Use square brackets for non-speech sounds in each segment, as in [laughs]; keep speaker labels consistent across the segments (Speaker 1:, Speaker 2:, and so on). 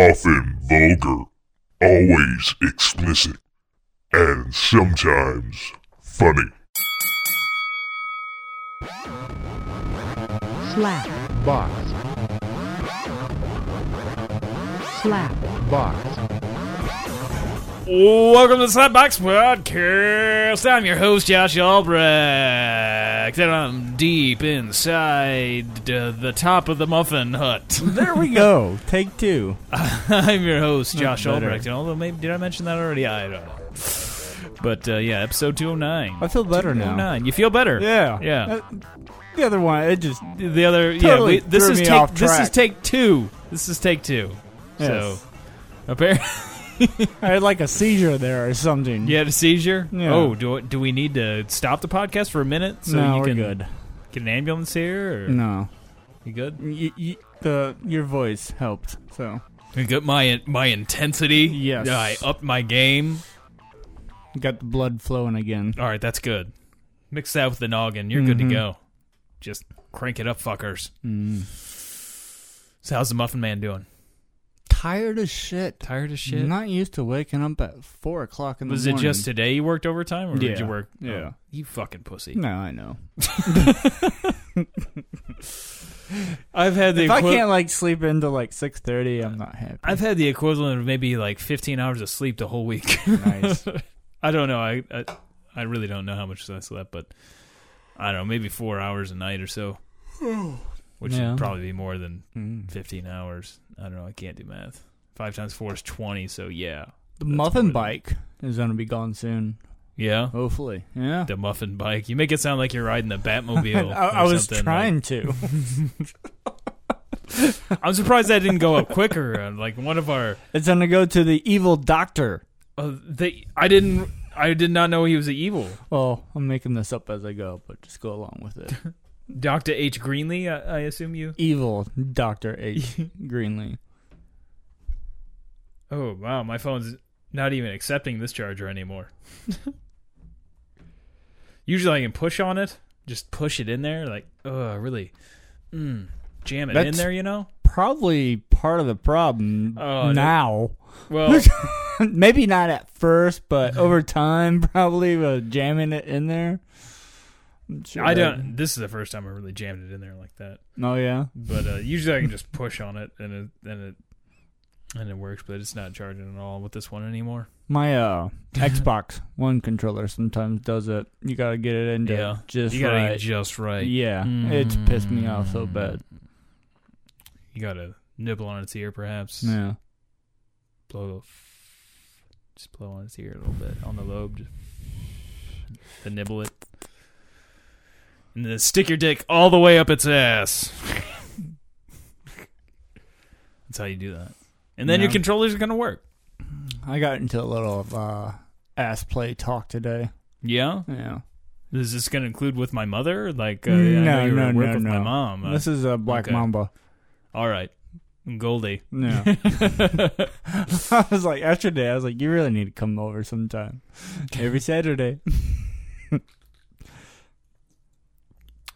Speaker 1: often vulgar, always explicit, and sometimes funny.
Speaker 2: slap
Speaker 3: box,
Speaker 2: slap
Speaker 3: box.
Speaker 4: Welcome to the Slapbox Podcast. I'm your host, Josh Albrecht. And I'm deep inside uh, the top of the muffin hut. [laughs]
Speaker 5: There we go. Take two.
Speaker 4: I'm your host, Josh
Speaker 5: better.
Speaker 4: Albrecht. And although, maybe, did I mention that already? I don't know. But uh, yeah, episode 209.
Speaker 5: I feel better now.
Speaker 4: 209. You feel better?
Speaker 5: Yeah.
Speaker 4: Yeah.
Speaker 5: Uh, the other one, it just
Speaker 4: the other,
Speaker 5: Totally
Speaker 4: yeah, we, this
Speaker 5: threw
Speaker 4: is
Speaker 5: me
Speaker 4: take,
Speaker 5: off
Speaker 4: this is
Speaker 5: track.
Speaker 4: take two. This is take two. So,
Speaker 5: Yes.
Speaker 4: [laughs] apparently,
Speaker 5: I had like a seizure there or something.
Speaker 4: you had a seizure.
Speaker 5: Yeah.
Speaker 4: Oh, do I- do we need to stop the podcast for a minute so
Speaker 5: no,
Speaker 4: you
Speaker 5: we're
Speaker 4: can
Speaker 5: good.
Speaker 4: get an ambulance here? Or?
Speaker 5: No,
Speaker 4: You good?
Speaker 5: Y- y- the your voice helped. So
Speaker 4: I got my my intensity.
Speaker 5: Yes.
Speaker 4: I upped my game.
Speaker 5: got the blood flowing again.
Speaker 4: All right, that's good. Mix that with the noggin. You're good
Speaker 5: Mm-hmm.
Speaker 4: to go. Just crank it up, fuckers.
Speaker 5: Mm.
Speaker 4: So how's the Muffin Man doing?
Speaker 5: Tired as shit.
Speaker 4: Tired as shit.
Speaker 5: Not used to waking up at four o'clock in
Speaker 4: was
Speaker 5: the
Speaker 4: it
Speaker 5: morning.
Speaker 4: just today you worked overtime, or did
Speaker 5: Yeah.
Speaker 4: you work?
Speaker 5: Yeah.
Speaker 4: oh, you fucking pussy.
Speaker 5: No, I know.
Speaker 4: I've had the
Speaker 5: If I can't like sleep into like six thirty, I'm not happy.
Speaker 4: I've had the equivalent of maybe like 15 hours of sleep the whole week. [laughs]
Speaker 5: nice.
Speaker 4: I don't know. I, I I really don't know how much I slept, but I don't know, maybe four hours a night or so, which
Speaker 5: Yeah.
Speaker 4: would probably be more than
Speaker 5: Mm.
Speaker 4: 15 hours. I don't know. I can't do math. Five times four is 20. So yeah,
Speaker 5: The
Speaker 4: That's
Speaker 5: muffin
Speaker 4: more than-
Speaker 5: bike is gonna be gone soon.
Speaker 4: yeah.
Speaker 5: Hopefully, yeah.
Speaker 4: The muffin bike. You make it sound like you're riding the
Speaker 5: I, [laughs]
Speaker 4: Batmobile.
Speaker 5: I
Speaker 4: or
Speaker 5: was
Speaker 4: something, like-
Speaker 5: trying
Speaker 4: [laughs]
Speaker 5: to.
Speaker 4: I'm surprised that didn't go up
Speaker 5: [laughs]
Speaker 4: quicker. Uh, Like one of our,
Speaker 5: It's gonna go to the evil doctor.
Speaker 4: uh, they. I didn't. I did not know he was evil.
Speaker 5: Well, I'm making this up as I go, but just go along with
Speaker 4: [laughs]
Speaker 5: it.
Speaker 4: Doctor H. Greenlee. I, I assume you.
Speaker 5: evil Doctor
Speaker 4: [laughs]
Speaker 5: H. Greenlee.
Speaker 4: Oh wow, my phone's not even accepting this charger anymore. [laughs] Usually I can push on it, just push it in there, like oh really, mm, jam it in
Speaker 5: That's-
Speaker 4: there,
Speaker 5: [laughs]
Speaker 4: you know.
Speaker 5: Probably part of the problem
Speaker 4: Oh,
Speaker 5: now.
Speaker 4: Well,
Speaker 5: [laughs] Maybe not at first,
Speaker 4: [laughs]
Speaker 5: but over time, [laughs] probably uh, jamming it in there. I'm sure
Speaker 4: I don't. This is the first time I really jammed it in there like that.
Speaker 5: Oh yeah,
Speaker 4: But uh, usually I can just push on it and it and it and it works. But it's not charging at all with this one anymore.
Speaker 5: my uh, Xbox [laughs] One controller sometimes does it. You gotta get it into
Speaker 4: Yeah.
Speaker 5: just
Speaker 4: you gotta Mm. get
Speaker 5: right.
Speaker 4: just right. Mm.
Speaker 5: Yeah, it's pissed me off so bad.
Speaker 4: You gotta nibble on its ear, perhaps.
Speaker 5: Yeah.
Speaker 4: blow a little, just blow on his ear a little bit on the lobe, just then nibble it, and then stick your dick all the way up its ass. That's how you do that, and then your
Speaker 5: Yeah.
Speaker 4: controllers are gonna work.
Speaker 5: Mm. I got into a little uh, ass play talk today.
Speaker 4: Yeah,
Speaker 5: Yeah.
Speaker 4: is this gonna include with my mother? Like, uh, I know
Speaker 5: No,
Speaker 4: you were
Speaker 5: no,
Speaker 4: at work
Speaker 5: no,
Speaker 4: with my
Speaker 5: no.
Speaker 4: mom. Uh,
Speaker 5: this is a Black
Speaker 4: okay. [laughs]
Speaker 5: Mamba.
Speaker 4: all right, Goldie.
Speaker 5: Yeah. [laughs] I was like, yesterday, I was like, you really need to come over sometime. Every Saturday.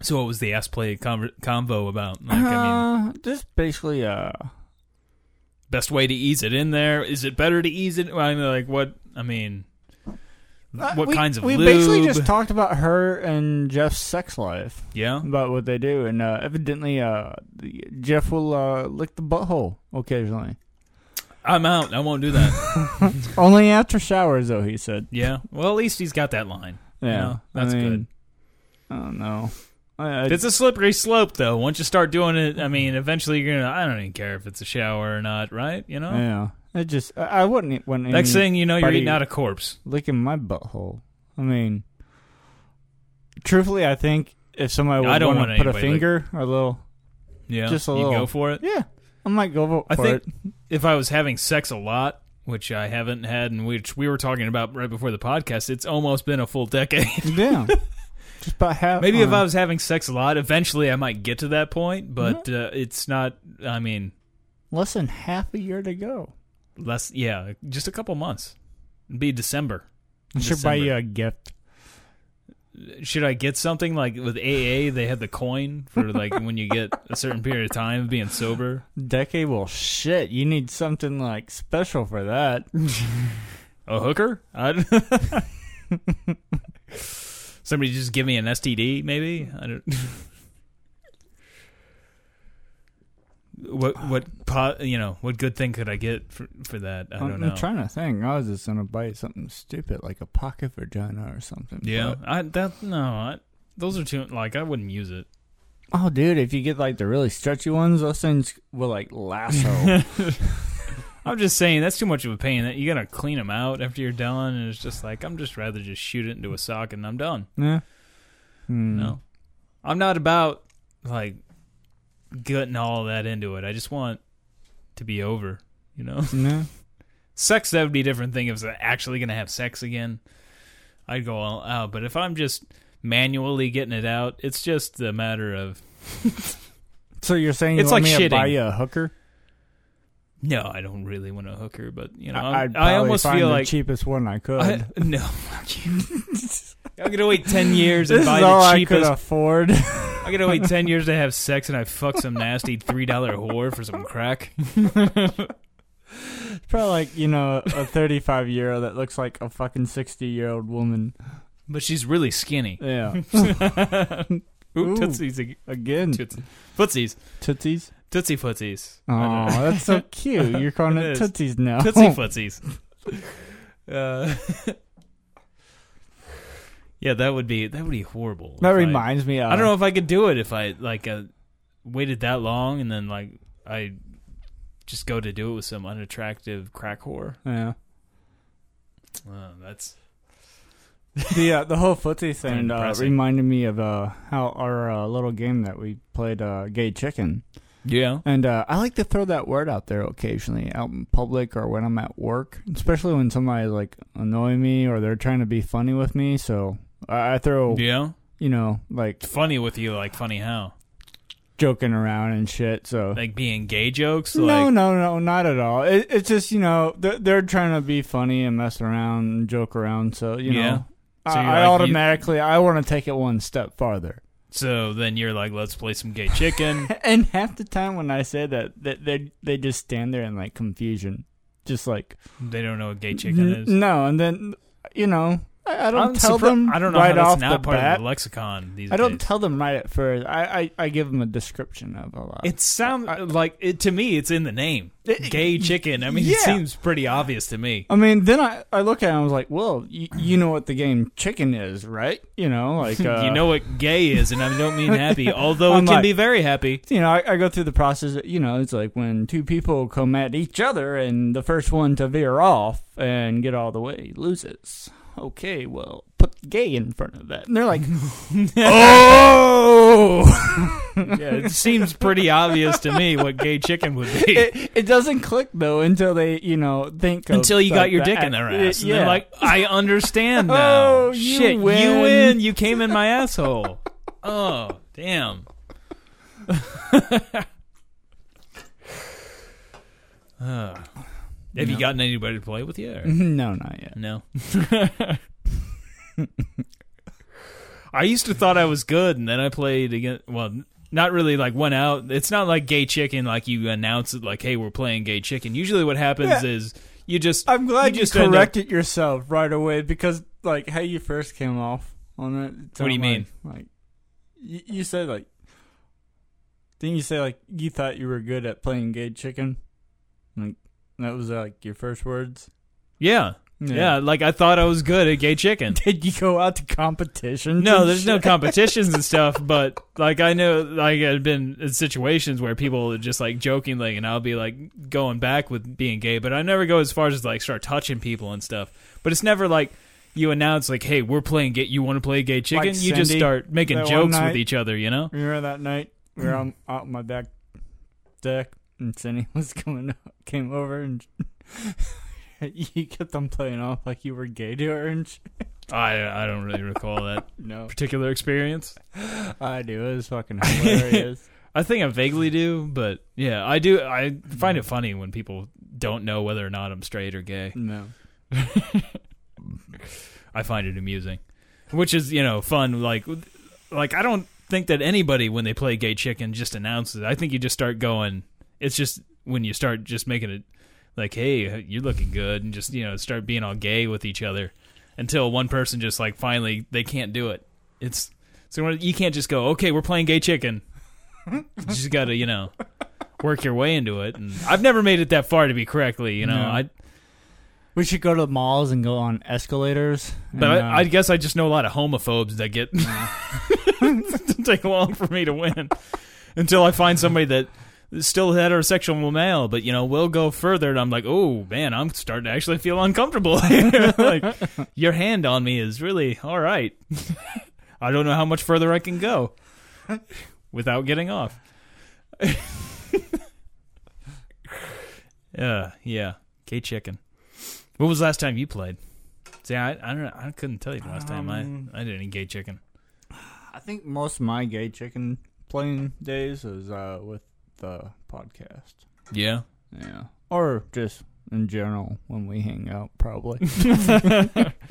Speaker 4: So, what was the ass play conver convo about? Like, I mean,
Speaker 5: uh, just basically, uh,
Speaker 4: best way to ease it in there? Is it better to ease it? I mean, like what? I mean, what
Speaker 5: Uh, we-
Speaker 4: kinds of
Speaker 5: We
Speaker 4: lube?
Speaker 5: basically just talked about her and Jeff's sex life,
Speaker 4: yeah.
Speaker 5: about what they do. And uh, evidently, uh, the- Jeff will uh, lick the butthole
Speaker 4: [laughs]
Speaker 5: occasionally.
Speaker 4: I'm out. I won't do that. [laughs]
Speaker 5: Only after showers, though, he said.
Speaker 4: yeah. Well, at least he's got that line.
Speaker 5: Yeah.
Speaker 4: know, that's
Speaker 5: I mean, I don't know. I, I,
Speaker 4: It's a slippery slope, though. Once you start doing it, I mean, eventually you're gonna. I don't even care if it's a shower or not, right? You know.
Speaker 5: Yeah. It just I, I wouldn't e, want
Speaker 4: Next
Speaker 5: any
Speaker 4: thing you know, you're
Speaker 5: buddy-
Speaker 4: eating out a corpse.
Speaker 5: licking my butthole. I mean, truthfully, I think if somebody
Speaker 4: No,
Speaker 5: would
Speaker 4: I don't
Speaker 5: wanna
Speaker 4: want
Speaker 5: put a
Speaker 4: anybody lick-
Speaker 5: finger or a little,
Speaker 4: Yeah.
Speaker 5: Just a
Speaker 4: you
Speaker 5: little.
Speaker 4: go for it.
Speaker 5: yeah, I might go vo- for
Speaker 4: I think
Speaker 5: it.
Speaker 4: if I was having sex a lot, which I haven't had, and which we were talking about right before the podcast, it's almost been a full decade. [laughs]
Speaker 5: Yeah, just about half.
Speaker 4: Maybe if
Speaker 5: uh,
Speaker 4: I was having sex a lot, eventually I might get to that point, but uh, it's not. I mean,
Speaker 5: less than half a year to go,
Speaker 4: less. Yeah, just a couple months. It'd be December.
Speaker 5: I should buy you a gift.
Speaker 4: should I get something like with AA? They had the coin for like when you get a certain period of time of being sober.
Speaker 5: Decade? Well, shit. You need something like special for that.
Speaker 4: A hooker? I [laughs] Somebody just give me an STD, maybe. I don't. [laughs] what what po- you know? What good thing could I get for for that? I don't
Speaker 5: am
Speaker 4: know.
Speaker 5: trying to think. I was just gonna buy something stupid like a pocket vagina or something.
Speaker 4: yeah,
Speaker 5: but-
Speaker 4: I that no. I, those are too like I wouldn't use it.
Speaker 5: Oh, dude, if you get like the really stretchy ones, those things will like
Speaker 4: [laughs]
Speaker 5: lasso.
Speaker 4: I'm just saying that's too much of a pain. That you gotta clean them out after you're done, and it's just like I'm just rather just shoot it into a sock and I'm done.
Speaker 5: yeah. Hmm.
Speaker 4: No, I'm not about like getting all that into it. I just want to be over. You know, [laughs]
Speaker 5: No.
Speaker 4: sex that would be a different thing if I'm actually gonna have sex again. I'd go all out, but if I'm just manually getting it out, it's just a matter of
Speaker 5: So you're saying you
Speaker 4: It's
Speaker 5: want
Speaker 4: like
Speaker 5: me to
Speaker 4: shitting.
Speaker 5: buy you a hooker?
Speaker 4: no, I don't really want a hooker, but you know,
Speaker 5: I-
Speaker 4: I,
Speaker 5: I'd
Speaker 4: I
Speaker 5: probably
Speaker 4: almost
Speaker 5: find
Speaker 4: feel
Speaker 5: the
Speaker 4: like
Speaker 5: cheapest one I could.
Speaker 4: I, [laughs] no,
Speaker 5: [laughs]
Speaker 4: fuck you. I'm gonna wait ten [laughs] years and
Speaker 5: this is
Speaker 4: buy
Speaker 5: all
Speaker 4: the
Speaker 5: I could
Speaker 4: cheapest. [laughs]
Speaker 5: afford.
Speaker 4: I'm gonna wait ten years to have sex and I fuck
Speaker 5: [laughs]
Speaker 4: some nasty three dollar whore for some crack.
Speaker 5: Probably like you know a 35 year old that looks like a fucking 60 year old woman.
Speaker 4: But she's
Speaker 5: [laughs]
Speaker 4: really skinny. [laughs]
Speaker 5: Yeah.
Speaker 4: Ooh,
Speaker 5: Ooh.
Speaker 4: tootsies, ag-
Speaker 5: Again,
Speaker 4: toots- footsies,
Speaker 5: tootsies.
Speaker 4: tootsie footsies.
Speaker 5: Oh, that's
Speaker 4: [laughs]
Speaker 5: so cute. You're calling
Speaker 4: It
Speaker 5: it,
Speaker 4: is.
Speaker 5: tootsies now. [laughs]
Speaker 4: Tootsie Footsies. Uh, [laughs] yeah, that would be that would be horrible.
Speaker 5: That
Speaker 4: if I-
Speaker 5: reminds me. Of,
Speaker 4: I don't know if I could do it if I like uh, waited that long and then like I just go to do it with some unattractive crack whore.
Speaker 5: Yeah.
Speaker 4: [laughs] Uh, that's
Speaker 5: the uh, the whole footsie thing uh,
Speaker 4: depressing.
Speaker 5: reminded me of uh, how our uh, little game that we played, uh, gay chicken.
Speaker 4: yeah.
Speaker 5: And uh, I like to throw that word out there occasionally, out in public or when I'm at work, especially when somebody's like annoying me or they're trying to be funny with me. So I, I throw,
Speaker 4: Yeah,
Speaker 5: you know, like
Speaker 4: funny with you, like funny how,
Speaker 5: joking around and shit. So
Speaker 4: like being gay jokes.
Speaker 5: no,
Speaker 4: like,
Speaker 5: no, no, not at all. It, it's just you know they're, they're trying to be funny and mess around and joke around. So you
Speaker 4: Yeah.
Speaker 5: know,
Speaker 4: So you're
Speaker 5: I, I
Speaker 4: like, you-
Speaker 5: automatically I want to take it one step farther. [laughs]
Speaker 4: So then you're like, let's play some gay chicken.
Speaker 5: And half the time when I say that, that they they just stand there in like confusion, just like
Speaker 4: they don't know what gay chicken
Speaker 5: "N-
Speaker 4: is.
Speaker 5: No, and then you know I, I don't
Speaker 4: I'm
Speaker 5: tell
Speaker 4: surpri-
Speaker 5: them.
Speaker 4: I don't know
Speaker 5: right
Speaker 4: how that's
Speaker 5: off
Speaker 4: not
Speaker 5: the
Speaker 4: part
Speaker 5: bat.
Speaker 4: of the lexicon these
Speaker 5: I don't
Speaker 4: days.
Speaker 5: tell them right at first. I, I, I give them a description of a lot.
Speaker 4: It sounds like it to me. It's in the name,
Speaker 5: It-
Speaker 4: gay chicken. I mean,
Speaker 5: Yeah.
Speaker 4: it seems pretty obvious to me.
Speaker 5: I mean, then I, I look at it and I was like, well, you, you know what the game chicken is, right? You
Speaker 4: [laughs]
Speaker 5: know, like uh,
Speaker 4: you know what gay is, and I don't
Speaker 5: [laughs]
Speaker 4: mean happy, although it
Speaker 5: I'm
Speaker 4: can
Speaker 5: like-
Speaker 4: be very happy.
Speaker 5: you know, I, I go through the process. You know, it's like when two people come at each other, and the first one to veer off and get all the way loses. Okay, well, put gay in front of that, and
Speaker 4: [laughs]
Speaker 5: they're like, "Oh,
Speaker 4: Yeah,
Speaker 5: [laughs]
Speaker 4: it seems pretty obvious to me what gay chicken would be
Speaker 5: it, it doesn't click though until they, you know, think of,
Speaker 4: [laughs] until you
Speaker 5: like,
Speaker 4: got your
Speaker 5: the
Speaker 4: dick in
Speaker 5: act-
Speaker 4: their ass. And
Speaker 5: yeah,
Speaker 4: they're like, I
Speaker 5: [laughs]
Speaker 4: understand now.
Speaker 5: Oh, you
Speaker 4: Shit, you
Speaker 5: win.
Speaker 4: win. You came in my asshole. Oh, damn. [laughs] Uh, have you
Speaker 5: No.
Speaker 4: gotten anybody to play with you? Or?
Speaker 5: no, not yet.
Speaker 4: No. [laughs] I used to thought I was good, and then I played again. Well, n- not really. Like went out. It's not like gay chicken. Like you announce it, like, "Hey, we're playing gay chicken." Usually, what happens
Speaker 5: Yeah.
Speaker 4: is you just.
Speaker 5: I'm glad
Speaker 4: You
Speaker 5: you,
Speaker 4: just end up-
Speaker 5: corrected yourself right away because, like, how you first came off on it. it
Speaker 4: What do you
Speaker 5: sounded
Speaker 4: mean?
Speaker 5: Like, like you, you said like, didn't you say like you thought you were good at playing gay chicken? Like that was like your first words.
Speaker 4: yeah, yeah, Like I thought I was good at gay chicken.
Speaker 5: [laughs] Did you go out to competitions?
Speaker 4: No,
Speaker 5: and
Speaker 4: there's
Speaker 5: [laughs]
Speaker 4: no
Speaker 5: shit?
Speaker 4: competitions and stuff, but like I know, like I've been in situations where people are just like jokingly, and I'll be like going back with being gay, but I never go as far as like start touching people and stuff. But it's never like you announce like, "Hey, we're playing gay. You want to play gay chicken?"
Speaker 5: Like
Speaker 4: you just
Speaker 5: Cindy,
Speaker 4: start making
Speaker 5: that one
Speaker 4: jokes with
Speaker 5: night.
Speaker 4: each other, you know?
Speaker 5: Remember that night we were
Speaker 4: [clears throat]
Speaker 5: on, out on my back deck and Cindy [laughs] was coming up, came over and. [laughs] You kept on playing off like you were gay to her and shit.
Speaker 4: I I don't really recall that
Speaker 5: No.
Speaker 4: particular experience.
Speaker 5: [laughs] I do. It was fucking
Speaker 4: [laughs]
Speaker 5: hilarious.
Speaker 4: I think I vaguely do, but yeah, I do. I find it funny when people don't know whether or not I'm straight or gay.
Speaker 5: no.
Speaker 4: [laughs] I find it amusing. which is you know fun. Like, like I don't think that anybody when they play gay chicken just announces it. I think you just start going. It's just when you start just making it like, hey, you're looking good, and just you know start being all gay with each other until one person just like finally they can't do it. It's so you can't just go, okay, we're playing gay chicken. you just got to you know work your way into it. And I've never made it that far to be correctly, you know.
Speaker 5: No.
Speaker 4: I
Speaker 5: We should go to the malls and go on escalators.
Speaker 4: But
Speaker 5: and, uh,
Speaker 4: I, I guess I just know a lot of homophobes that get. [laughs] it take long for me to win until I find somebody that is still heterosexual male, but you know will go further. And I'm like, oh man, I'm starting to actually feel uncomfortable. [laughs] here." like your hand on me is really all right. I don't know how much further I can go without getting off. [laughs] Yeah, Uh, yeah, gay chicken. What was the last time you played? See, I, I don't, I couldn't tell you the last time
Speaker 5: Um,
Speaker 4: I, I did any gay chicken.
Speaker 5: I think most of my gay chicken playing days is uh, with the podcast.
Speaker 4: Yeah,
Speaker 5: Yeah. Or just in general when we hang out,
Speaker 4: [laughs]
Speaker 5: probably.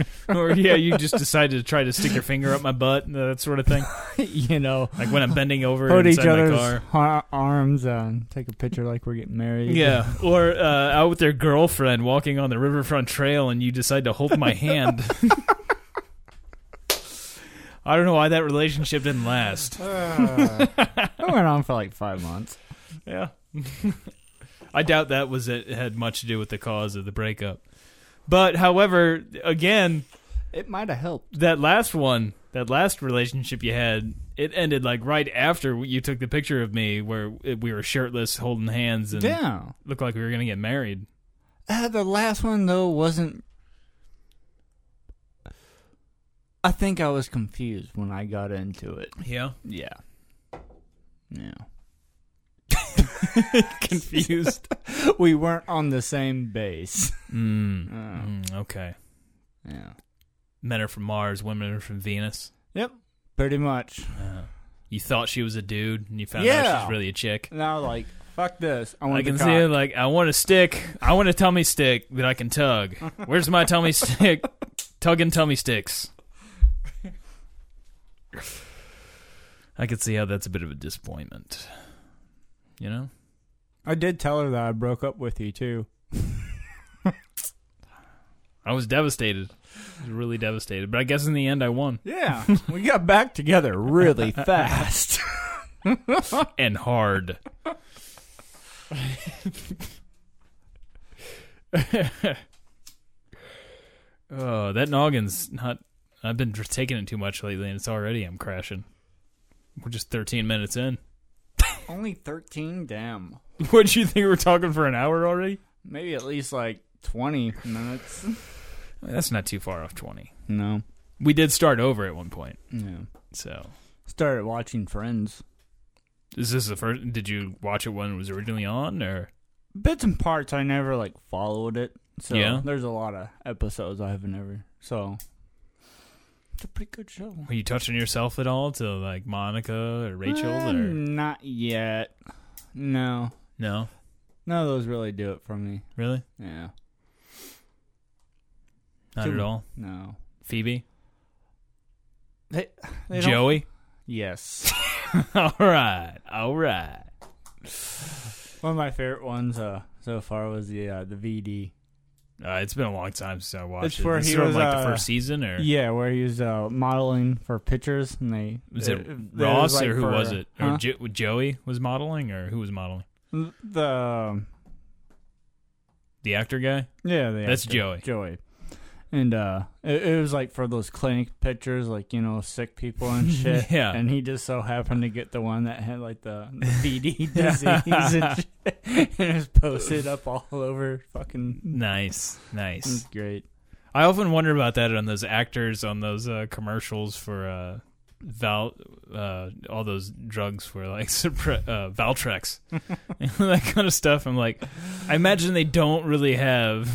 Speaker 4: [laughs]
Speaker 5: [laughs]
Speaker 4: or yeah, you just decided to try to stick your finger up my butt, and that sort of thing.
Speaker 5: you know,
Speaker 4: Like when I'm bending over
Speaker 5: hold each
Speaker 4: inside my
Speaker 5: other's
Speaker 4: car.
Speaker 5: har- arms and take a picture like we're getting married.
Speaker 4: Yeah,
Speaker 5: [laughs]
Speaker 4: or uh, out with their girlfriend walking on the riverfront trail, and you decide to hold my hand. [laughs] I don't know why that relationship didn't last.
Speaker 5: Uh, that went on for like five months.
Speaker 4: Yeah. [laughs] I doubt that was it had much to do with the cause of the breakup. But however, again,
Speaker 5: It might have helped.
Speaker 4: that last one, that last relationship you had, it ended like right after you took the picture of me where we were shirtless holding hands and
Speaker 5: Yeah.
Speaker 4: looked like we were going to get married.
Speaker 5: Uh, the last one though wasn't. I think I was confused when I got into it.
Speaker 4: Yeah.
Speaker 5: Yeah. Yeah.
Speaker 4: [laughs] Confused.
Speaker 5: [laughs] We weren't on the same base.
Speaker 4: mm.
Speaker 5: Oh.
Speaker 4: Mm, okay.
Speaker 5: Yeah.
Speaker 4: Men are from Mars, women are from Venus.
Speaker 5: Yep. Pretty much.
Speaker 4: Uh, you thought she was a dude and you found out
Speaker 5: Yeah.
Speaker 4: she's really a chick.
Speaker 5: And I was like, fuck this. I want
Speaker 4: I can
Speaker 5: the
Speaker 4: see it like I want a stick. I want a tummy stick that I
Speaker 5: [laughs]
Speaker 4: can tug. Where's my tummy stick? Tugging tummy sticks. I could see how that's a bit of a disappointment. You know?
Speaker 5: I did tell her that I broke up with you too.
Speaker 4: I was devastated. I was really devastated. But I guess in the end I won.
Speaker 5: Yeah. [laughs] we got back together
Speaker 4: [laughs]
Speaker 5: really fast. [laughs]
Speaker 4: And hard. [laughs] oh, that noggin's not I've been dr- taking it too much lately and it's already I'm crashing. We're just 13 minutes in. [laughs]
Speaker 5: Only 13? Damn.
Speaker 4: What do you think we're talking for an hour already?
Speaker 5: Maybe at least like 20 minutes.
Speaker 4: That's not too far off 20.
Speaker 5: No.
Speaker 4: We did start over at one point.
Speaker 5: Yeah.
Speaker 4: So,
Speaker 5: Started watching Friends.
Speaker 4: is this the first did you watch it when it was originally on or
Speaker 5: bits and parts I never like followed it. So
Speaker 4: Yeah.
Speaker 5: there's a lot of episodes I haven't ever so it's a pretty good show.
Speaker 4: were you touching yourself at all to like Monica or Rachel
Speaker 5: Uh,
Speaker 4: or
Speaker 5: not yet. No.
Speaker 4: no?
Speaker 5: None of those really do it for me.
Speaker 4: Really?
Speaker 5: Yeah.
Speaker 4: Not
Speaker 5: Didn't-
Speaker 4: at all.
Speaker 5: No.
Speaker 4: Phoebe,
Speaker 5: They, they don't-
Speaker 4: Joey. [laughs]
Speaker 5: Yes.
Speaker 4: all right. All right.
Speaker 5: One of my favorite ones uh so far was the uh, the VD.
Speaker 4: Uh, it's been a long time since I watched
Speaker 5: It's
Speaker 4: it.
Speaker 5: where
Speaker 4: This
Speaker 5: he
Speaker 4: is from
Speaker 5: was,
Speaker 4: like the
Speaker 5: uh,
Speaker 4: first season or
Speaker 5: Yeah, where he was uh, modeling for pictures and they
Speaker 4: was
Speaker 5: they-
Speaker 4: it
Speaker 5: they was,
Speaker 4: Ross
Speaker 5: like,
Speaker 4: or who
Speaker 5: for-
Speaker 4: was it?
Speaker 5: huh?
Speaker 4: Or jo- Joey was modeling or who was modeling?
Speaker 5: the um,
Speaker 4: The actor guy?
Speaker 5: Yeah, the
Speaker 4: That's
Speaker 5: actor, [laughs]
Speaker 4: Joey.
Speaker 5: Joey. And uh it, it was like for those clinic pictures, like, you know, sick people
Speaker 4: [laughs]
Speaker 5: and shit.
Speaker 4: Yeah.
Speaker 5: And he just so happened to get the one that had like
Speaker 4: [laughs]
Speaker 5: the, the BD disease and shit. [laughs] And it was posted up all over fucking
Speaker 4: Nice.
Speaker 5: it
Speaker 4: Nice.
Speaker 5: was great.
Speaker 4: I often wonder about that on those actors on those uh, commercials for uh, Val, uh, all those drugs for like [laughs] Supre- uh, Valtrex, [laughs] that kind of stuff. I'm like, I imagine they don't really have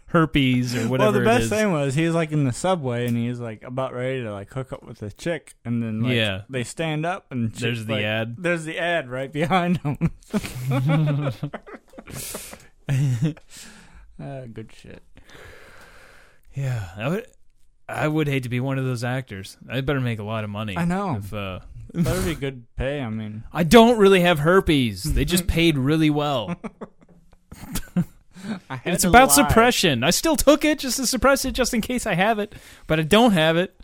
Speaker 4: [laughs] herpes or whatever.
Speaker 5: well the best
Speaker 4: it is.
Speaker 5: thing was he was like in the subway and he was like about ready to like hook up with a chick and then like
Speaker 4: Yeah.
Speaker 5: they stand up and she's,
Speaker 4: There's the
Speaker 5: like-
Speaker 4: ad.
Speaker 5: There's the ad right behind him.
Speaker 4: [laughs]
Speaker 5: [laughs] uh, good shit.
Speaker 4: Yeah, I would, I would hate to be one of those actors. I better make a lot of money.
Speaker 5: I know.
Speaker 4: If, uh,
Speaker 5: That'd be good pay. I mean,
Speaker 4: I don't really have herpes.
Speaker 5: [laughs]
Speaker 4: They just paid really well.
Speaker 5: I had
Speaker 4: And it's
Speaker 5: to
Speaker 4: about
Speaker 5: lie.
Speaker 4: suppression. I still took it just to suppress it, just in case I have it, but I don't have it.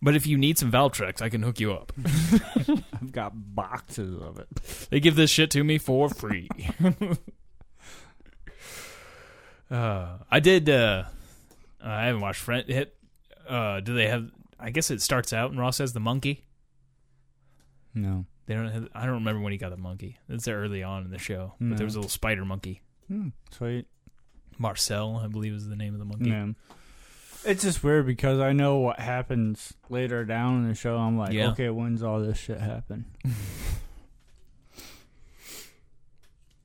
Speaker 4: But if you need some Valtrex, I can hook you up.
Speaker 5: I've got boxes of it.
Speaker 4: They give this shit to me for free. [laughs] uh, I did. Uh, I haven't watched Friend. Hit. Uh, do they have? I guess it starts out and Ross has the monkey.
Speaker 5: No.
Speaker 4: They don't. Have, I don't remember when he got the monkey. It's early on in the show, but
Speaker 5: No.
Speaker 4: there was a little spider monkey.
Speaker 5: Hmm, sweet.
Speaker 4: Marcel, I believe, is the name of the monkey.
Speaker 5: Yeah. It's just weird because I know what happens later down in the show. I'm like,
Speaker 4: Yeah.
Speaker 5: okay, when's all this shit happen?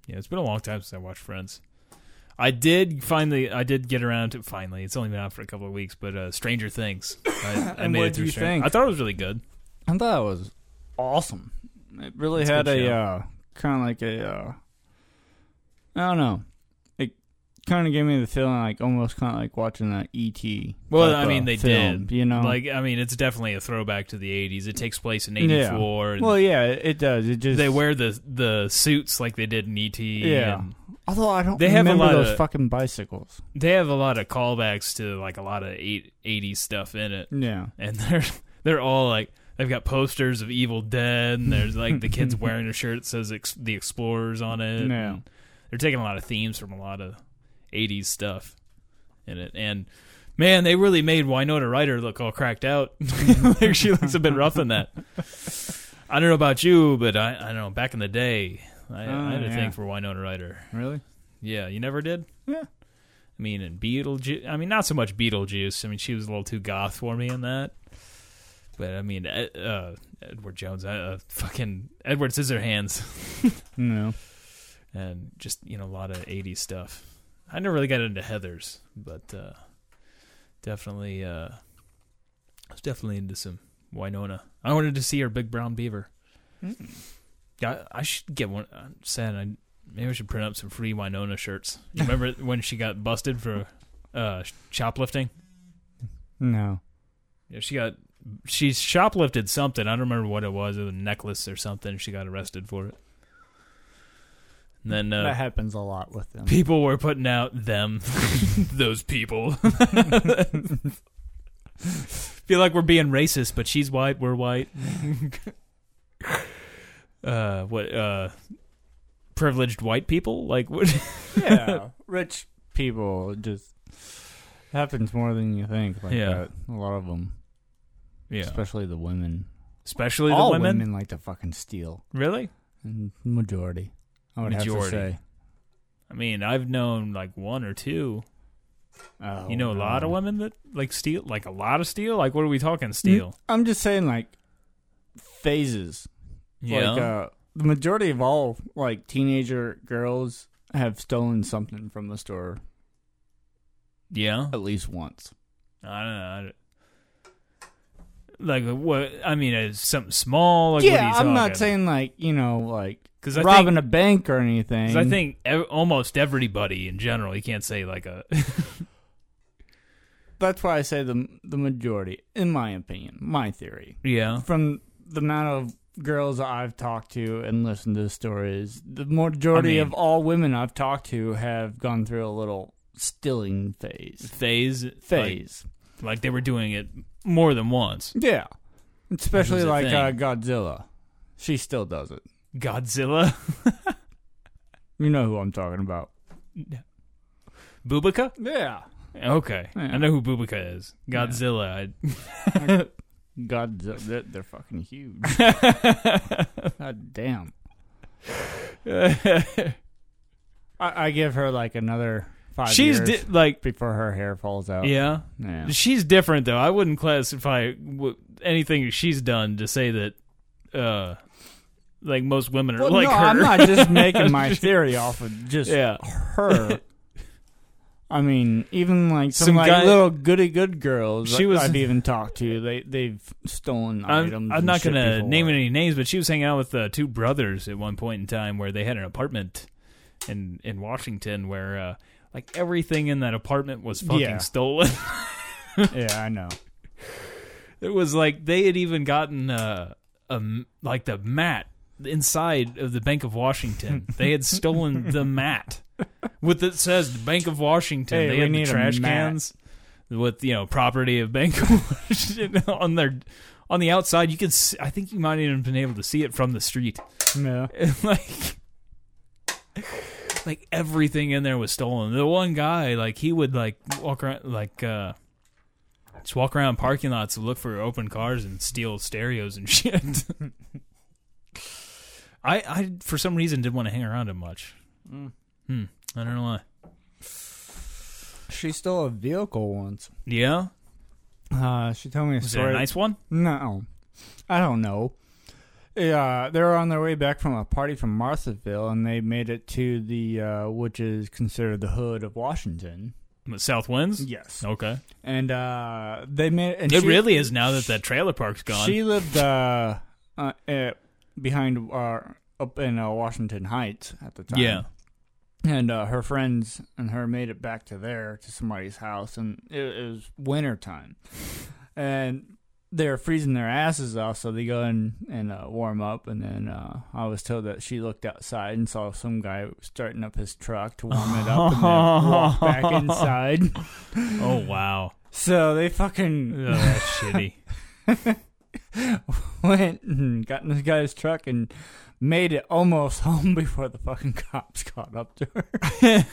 Speaker 4: Yeah, it's been a long time since I watched Friends. I did finally, I did get around to finally. It's only been out for a couple of weeks, but uh, Stranger Things. I, I
Speaker 5: [laughs] And
Speaker 4: made
Speaker 5: what
Speaker 4: it
Speaker 5: do
Speaker 4: through.
Speaker 5: you
Speaker 4: Stranger-
Speaker 5: think?
Speaker 4: I thought it was really good.
Speaker 5: I thought it was awesome. It really
Speaker 4: It's a
Speaker 5: had
Speaker 4: good
Speaker 5: a
Speaker 4: show.
Speaker 5: uh, kind of like a uh, I don't know. It kind of gave me the feeling like almost kind of like watching that ET.
Speaker 4: Well,
Speaker 5: type
Speaker 4: I mean,
Speaker 5: of
Speaker 4: they
Speaker 5: film,
Speaker 4: did.
Speaker 5: You know,
Speaker 4: Like, I mean, it's definitely a throwback to the '80s. It takes place in
Speaker 5: Yeah.
Speaker 4: '84. and
Speaker 5: well, yeah, it it does. It just
Speaker 4: they wear the the suits like they did in ET.
Speaker 5: Yeah.
Speaker 4: and
Speaker 5: Although I don't
Speaker 4: they have a
Speaker 5: remember
Speaker 4: lot
Speaker 5: those
Speaker 4: of-
Speaker 5: fucking bicycles.
Speaker 4: they have a lot of callbacks to like a lot of eight, '80s stuff in it,
Speaker 5: Yeah,
Speaker 4: and [laughs] they're they're all like. They've got posters of Evil Dead, and there's like
Speaker 5: [laughs]
Speaker 4: the kids wearing a shirt that says ex- "The Explorers" on it.
Speaker 5: yeah.
Speaker 4: they're taking a lot of themes from a lot of 80s stuff in it and man they really made winona ryder look all cracked out [laughs] like she looks a bit rough in that i don't know about you but i, I don't know back in the day i,
Speaker 5: Oh,
Speaker 4: I had a
Speaker 5: yeah.
Speaker 4: thing for winona ryder
Speaker 5: Really?
Speaker 4: yeah you never did
Speaker 5: Yeah.
Speaker 4: i mean in beetlejuice i mean not so much beetlejuice i mean she was a little too goth for me in that but i mean Ed- uh, edward jones uh, fucking edward scissorhands
Speaker 5: No.
Speaker 4: and just you know a lot of 80s stuff i never really got into heathers but uh definitely uh i was definitely into some winona i wanted to see her big brown beaver yeah i, I should get one i'm sad i maybe i should print up some free winona shirts you remember when she got busted for uh shoplifting
Speaker 5: No.
Speaker 4: yeah she got she shoplifted something i don't remember what it was it was a necklace or something she got arrested for it and then uh,
Speaker 5: That happens a lot with them.
Speaker 4: people were putting out them [laughs] those people [laughs] feel like we're being racist but she's white we're white [laughs] uh what uh privileged white people like what [laughs]
Speaker 5: yeah, rich people it just happens more than you think. Like
Speaker 4: Yeah.
Speaker 5: that. a lot of them,
Speaker 4: yeah
Speaker 5: especially the women.
Speaker 4: [laughs] especially the
Speaker 5: All
Speaker 4: women.
Speaker 5: like to fucking steal.
Speaker 4: really
Speaker 5: Mm, Majority, I would
Speaker 4: Majority.
Speaker 5: have to say.
Speaker 4: i mean i've known like one or two
Speaker 5: Oh,
Speaker 4: you know a
Speaker 5: no.
Speaker 4: lot of women that like steal like a lot of steal like what are we talking
Speaker 5: Mm,
Speaker 4: steal
Speaker 5: I'm just saying, like phases.
Speaker 4: Mm-hmm.
Speaker 5: Like, uh, the majority of all like teenager girls have stolen something from the store
Speaker 4: yeah
Speaker 5: at least once.
Speaker 4: I don't know. I don't- like what? I mean, it's something small. Like,
Speaker 5: yeah, I'm not saying like you know like
Speaker 4: 'Cause I
Speaker 5: robbing
Speaker 4: think-
Speaker 5: a bank or anything.
Speaker 4: Because I think ev- almost everybody in general, you can't say like a. [laughs]
Speaker 5: that's why I say the the majority, in my opinion, my theory,
Speaker 4: yeah.
Speaker 5: from the amount of girls I've talked to and listened to stories, the majority
Speaker 4: I mean-
Speaker 5: of all women I've talked to have gone through a little stealing phase.
Speaker 4: Phase. like-
Speaker 5: Phase,
Speaker 4: Like, they were doing it more than once.
Speaker 5: yeah, especially
Speaker 4: That was
Speaker 5: like
Speaker 4: a
Speaker 5: uh, Godzilla. She still does it.
Speaker 4: Godzilla, [laughs]
Speaker 5: You know who I'm talking about?
Speaker 4: Bubika.
Speaker 5: Yeah,
Speaker 4: Okay,
Speaker 5: Yeah.
Speaker 4: I know who Bubika is. Godzilla. [laughs]
Speaker 5: Godzilla. They're, they're fucking [laughs] huge. God damn. I, I give her like another [laughs] five.
Speaker 4: She's
Speaker 5: years
Speaker 4: di- like.
Speaker 5: before her hair falls out.
Speaker 4: Yeah.
Speaker 5: Yeah.
Speaker 4: She's different though. I wouldn't classify w- anything she's done to say that, uh, like most women are
Speaker 5: Well,
Speaker 4: like
Speaker 5: no,
Speaker 4: her.
Speaker 5: I'm
Speaker 4: [laughs]
Speaker 5: not just making my theory off of just
Speaker 4: yeah,
Speaker 5: her. I mean, even like some,
Speaker 4: Some
Speaker 5: like
Speaker 4: guy-
Speaker 5: little goody good girls
Speaker 4: She
Speaker 5: she
Speaker 4: was-
Speaker 5: was, I've even talked to, they they've stolen
Speaker 4: I'm,
Speaker 5: items.
Speaker 4: I'm
Speaker 5: and
Speaker 4: not
Speaker 5: shit
Speaker 4: gonna
Speaker 5: before.
Speaker 4: name any names, but she was hanging out with uh, two brothers at one point in time where they had an apartment in in Washington where uh, like everything in that apartment was fucking
Speaker 5: Yeah.
Speaker 4: stolen.
Speaker 5: yeah, I know.
Speaker 4: It was like they had even gotten uh, a m- like the mat inside of the Bank
Speaker 5: [laughs]
Speaker 4: of Washington. they had stolen the mat with it says the Bank of Washington.
Speaker 5: Hey,
Speaker 4: they
Speaker 5: we
Speaker 4: had
Speaker 5: need
Speaker 4: the
Speaker 5: a
Speaker 4: trash
Speaker 5: mat.
Speaker 4: cans with you know property of Bank of [laughs] Washington on their on the outside. You could s I I think you might even been able to see it from the street.
Speaker 5: Yeah.
Speaker 4: And, [laughs] like like everything in there was stolen. The one guy, like he would like walk around like uh just walk around parking lots to look for open cars and steal stereos and [laughs] shit. I I for some reason didn't want to hang around him much.
Speaker 5: Mm.
Speaker 4: Hmm. I don't know why.
Speaker 5: She stole a vehicle once.
Speaker 4: Yeah?
Speaker 5: Uh, she told me a
Speaker 4: Was it
Speaker 5: story.
Speaker 4: a nice one?
Speaker 5: No, I don't know. Yeah, they were on their way back from a party from Marthaville, and they made it to the uh, which is considered the hood of Washington.
Speaker 4: South winds?
Speaker 5: Yes,
Speaker 4: Okay.
Speaker 5: and uh, they made and
Speaker 4: it
Speaker 5: she-
Speaker 4: really is now that that trailer park's gone.
Speaker 5: She lived uh, uh, eh, behind uh, up in uh, Washington Heights at the time.
Speaker 4: Yeah.
Speaker 5: And uh, her friends and her made it back to there to somebody's house, and it, it was winter time, and they're freezing their asses off, so they go in and uh, warm up. And then uh, I was told that she looked outside and saw some guy starting up his truck to warm it up, and then walked
Speaker 4: [laughs]
Speaker 5: back inside.
Speaker 4: oh wow.
Speaker 5: So they
Speaker 4: Oh,
Speaker 5: fucking
Speaker 4: that's shitty.
Speaker 5: [laughs] went and got in this guy's truck and made it almost [laughs] home before the fucking cops caught up to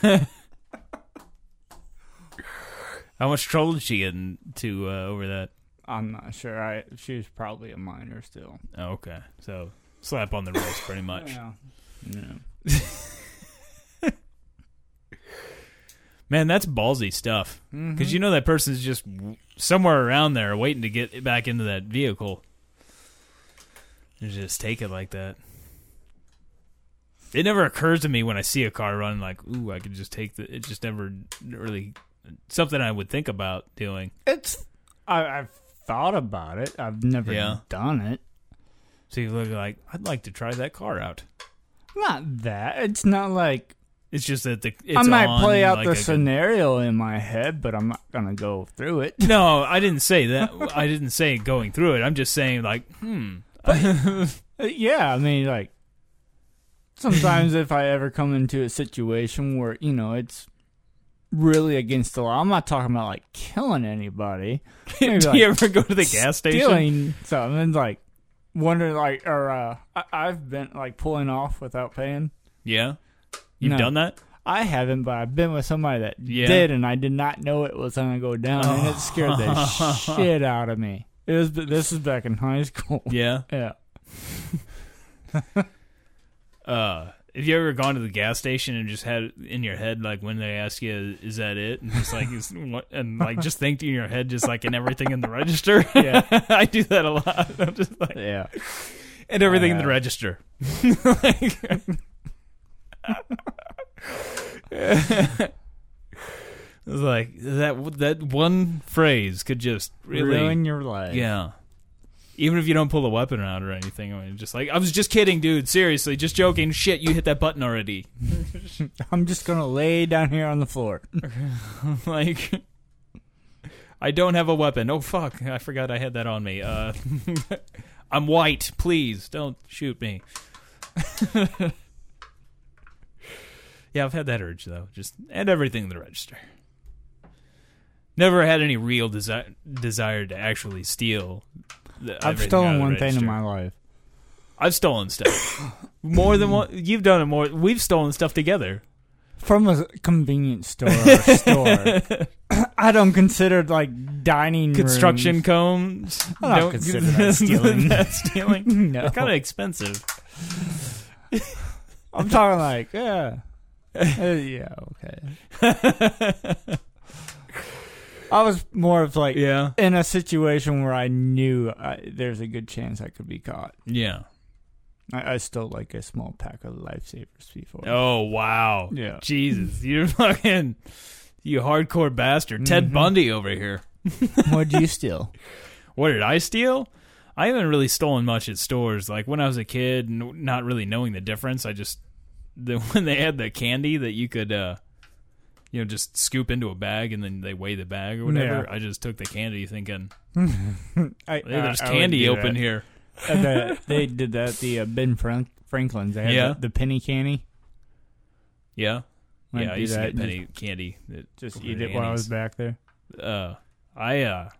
Speaker 5: her.
Speaker 4: How much trouble did she get into uh, over that?
Speaker 5: I'm not sure. I she was probably a minor still.
Speaker 4: Oh, okay, so slap on the wrist, pretty much.
Speaker 5: [laughs] Yeah. Yeah.
Speaker 4: Man, that's ballsy stuff.
Speaker 5: Mm-hmm.
Speaker 4: Because you know that person's just w- somewhere around there waiting to get back into that vehicle. You just take it like that. It never occurs to me when I see a car run, like, ooh, I could just take the. It just never really something I would think about doing.
Speaker 5: It's I, I've thought about it. I've never
Speaker 4: Yeah.
Speaker 5: done it.
Speaker 4: So you look like, I'd like to try that car out.
Speaker 5: Not that. It's not like
Speaker 4: It's just that the it's
Speaker 5: I might
Speaker 4: on,
Speaker 5: play out
Speaker 4: like,
Speaker 5: the
Speaker 4: I can-
Speaker 5: scenario in my head, but I'm not gonna go through it.
Speaker 4: [laughs] No, I didn't say that. I didn't say going through it. I'm just saying like, hmm.
Speaker 5: Uh, Yeah, I mean, like sometimes if I ever come into a situation where you know it's really against the law, I'm not talking about like killing
Speaker 4: [laughs]
Speaker 5: anybody. Maybe,
Speaker 4: Do
Speaker 5: like,
Speaker 4: you ever go to the gas station?
Speaker 5: stealing something like wondering like or uh, I- I've been like pulling off without paying.
Speaker 4: Yeah, you've
Speaker 5: No.
Speaker 4: done that.
Speaker 5: I haven't, but I've been with somebody that
Speaker 4: Yeah.
Speaker 5: did, and I did not know it was gonna go down, and it scared
Speaker 4: [laughs]
Speaker 5: the shit out of me. It was this is back in high school. [laughs]
Speaker 4: Yeah.
Speaker 5: Yeah.
Speaker 4: Uh, have you ever gone to the gas station and just had it in your head like when they ask you, "Is that it?" and just like, is, what, and like just think in your head, just like in everything in the register.
Speaker 5: Yeah.
Speaker 4: [laughs] I do that a lot. [laughs] I'm just like, "Ah."
Speaker 5: Yeah.
Speaker 4: and everything in
Speaker 5: Uh,
Speaker 4: the [laughs] register. Like- [laughs] It was like that that one phrase could just really
Speaker 5: Ruin your life.
Speaker 4: yeah. Even if you don't pull a weapon out or anything, I mean, just like I was just kidding, dude. Seriously, just joking. Shit, you hit that button already. [laughs]
Speaker 5: I'm just gonna lay down here on the floor.
Speaker 4: like, I don't have a weapon. Oh fuck, I forgot I had that on me. Uh, [laughs] I'm white. Please don't shoot me. [laughs] yeah, I've had that urge though. Just add everything in the register. Never had any real desi- desire to actually steal. the-
Speaker 5: I've
Speaker 4: everything out
Speaker 5: stolen
Speaker 4: of the
Speaker 5: one thing in
Speaker 4: register.
Speaker 5: my life.
Speaker 4: I've stolen stuff. more than one. You've done it more. We've stolen stuff together.
Speaker 5: From a convenience store or
Speaker 4: [laughs]
Speaker 5: store. I don't consider like dining [laughs]
Speaker 4: Construction
Speaker 5: rooms-
Speaker 4: combs.
Speaker 5: I don't
Speaker 4: [laughs]
Speaker 5: consider that stealing.
Speaker 4: That's
Speaker 5: [laughs]
Speaker 4: stealing.
Speaker 5: No.
Speaker 4: They're kind
Speaker 5: [laughs]
Speaker 4: of expensive.
Speaker 5: I'm talking like,
Speaker 4: [laughs]
Speaker 5: yeah. Uh, yeah, okay. I was more of like
Speaker 4: Yeah.
Speaker 5: in a situation where I knew I, there's a good chance I could be caught.
Speaker 4: Yeah.
Speaker 5: I, I stole like a small pack of lifesavers before.
Speaker 4: Oh wow. [laughs]
Speaker 5: Yeah.
Speaker 4: Jesus, you're fucking you hardcore bastard. Ted
Speaker 5: Mhm.
Speaker 4: Bundy over here.
Speaker 5: What'd you steal?
Speaker 4: What did I steal? I haven't really stolen much at stores. Like when I was a kid, n- [laughs] not really knowing the difference, I just the when they had the candy that you could uh you know, just scoop into a bag and then they weigh the bag or whatever. I just took the candy thinking,
Speaker 5: I,
Speaker 4: hey, there's
Speaker 5: I- I would
Speaker 4: candy
Speaker 5: do
Speaker 4: open
Speaker 5: that.
Speaker 4: here.
Speaker 5: At Uh, the- they did that at the uh, Ben Frank- Franklin's. They had
Speaker 4: Yeah.
Speaker 5: the, the penny candy.
Speaker 4: Yeah.
Speaker 5: I'd
Speaker 4: yeah, I
Speaker 5: do
Speaker 4: used to
Speaker 5: that
Speaker 4: get
Speaker 5: and
Speaker 4: penny candy. that-
Speaker 5: Just, just
Speaker 4: over
Speaker 5: eat
Speaker 4: at
Speaker 5: it while I was
Speaker 4: Annie's.
Speaker 5: back there.
Speaker 4: Uh, I uh,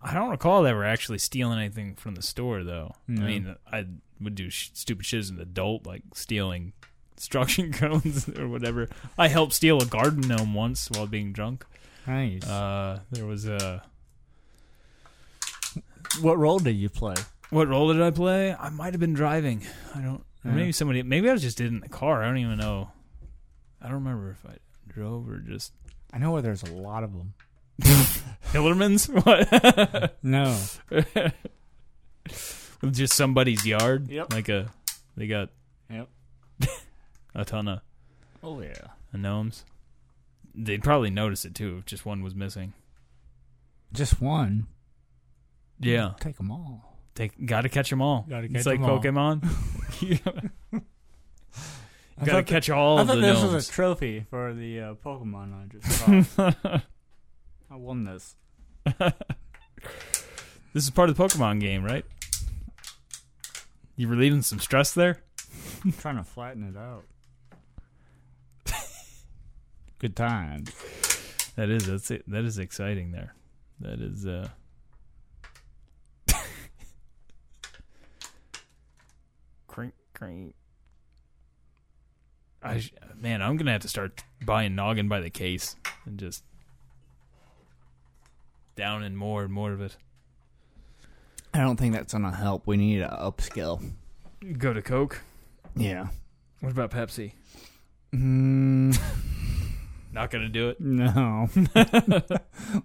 Speaker 4: I don't recall ever actually stealing anything from the store though.
Speaker 5: No.
Speaker 4: I mean, I would do sh- stupid shit as an adult, like stealing [laughs] instruction cones [laughs] or whatever. I helped steal a garden gnome once while being drunk.
Speaker 5: Nice.
Speaker 4: Uh, there was a
Speaker 5: what role did you play?
Speaker 4: what role did I play? I might have been driving. I don't. Or
Speaker 5: Yeah.
Speaker 4: maybe somebody. Maybe I just did it in the car. I don't even know. I don't remember if I drove or just [laughs]
Speaker 5: I know where there's a lot of them.
Speaker 4: Hillerman's. [laughs] What?
Speaker 5: No.
Speaker 4: [laughs] With just somebody's yard.
Speaker 5: Yep.
Speaker 4: Like a, they got.
Speaker 5: Yep.
Speaker 4: [laughs] a ton of,
Speaker 5: Oh yeah.
Speaker 4: of gnomes. They'd probably notice it too if just one was missing.
Speaker 5: Just one.
Speaker 4: Yeah.
Speaker 5: Take them all.
Speaker 4: They gotta catch them all.
Speaker 5: Hmm. Gotta catch
Speaker 4: it's like
Speaker 5: 'em all.
Speaker 4: Pokemon. you
Speaker 5: [laughs] I
Speaker 4: gotta
Speaker 5: thought
Speaker 4: catch all
Speaker 5: I
Speaker 4: of the
Speaker 5: thought this
Speaker 4: gnomes.
Speaker 5: was a trophy for the uh, Pokemon I
Speaker 4: [laughs]
Speaker 5: just caught. I won this.
Speaker 4: this is part of the Pokemon game, right? You relieving some stress there?
Speaker 5: I'm trying to flatten it
Speaker 4: [laughs]
Speaker 5: out. Good times.
Speaker 4: That is that's it. That is exciting there. That is uh crink crink. I sh- man, I'm going to have to start buying noggin by the case and just down and more and more of it.
Speaker 5: I don't think that's gonna help. We need a upscale.
Speaker 4: Go to Coke.
Speaker 5: Yeah.
Speaker 4: What about Pepsi?
Speaker 5: Mm,
Speaker 4: [laughs] Not going to do it. [laughs]
Speaker 5: no.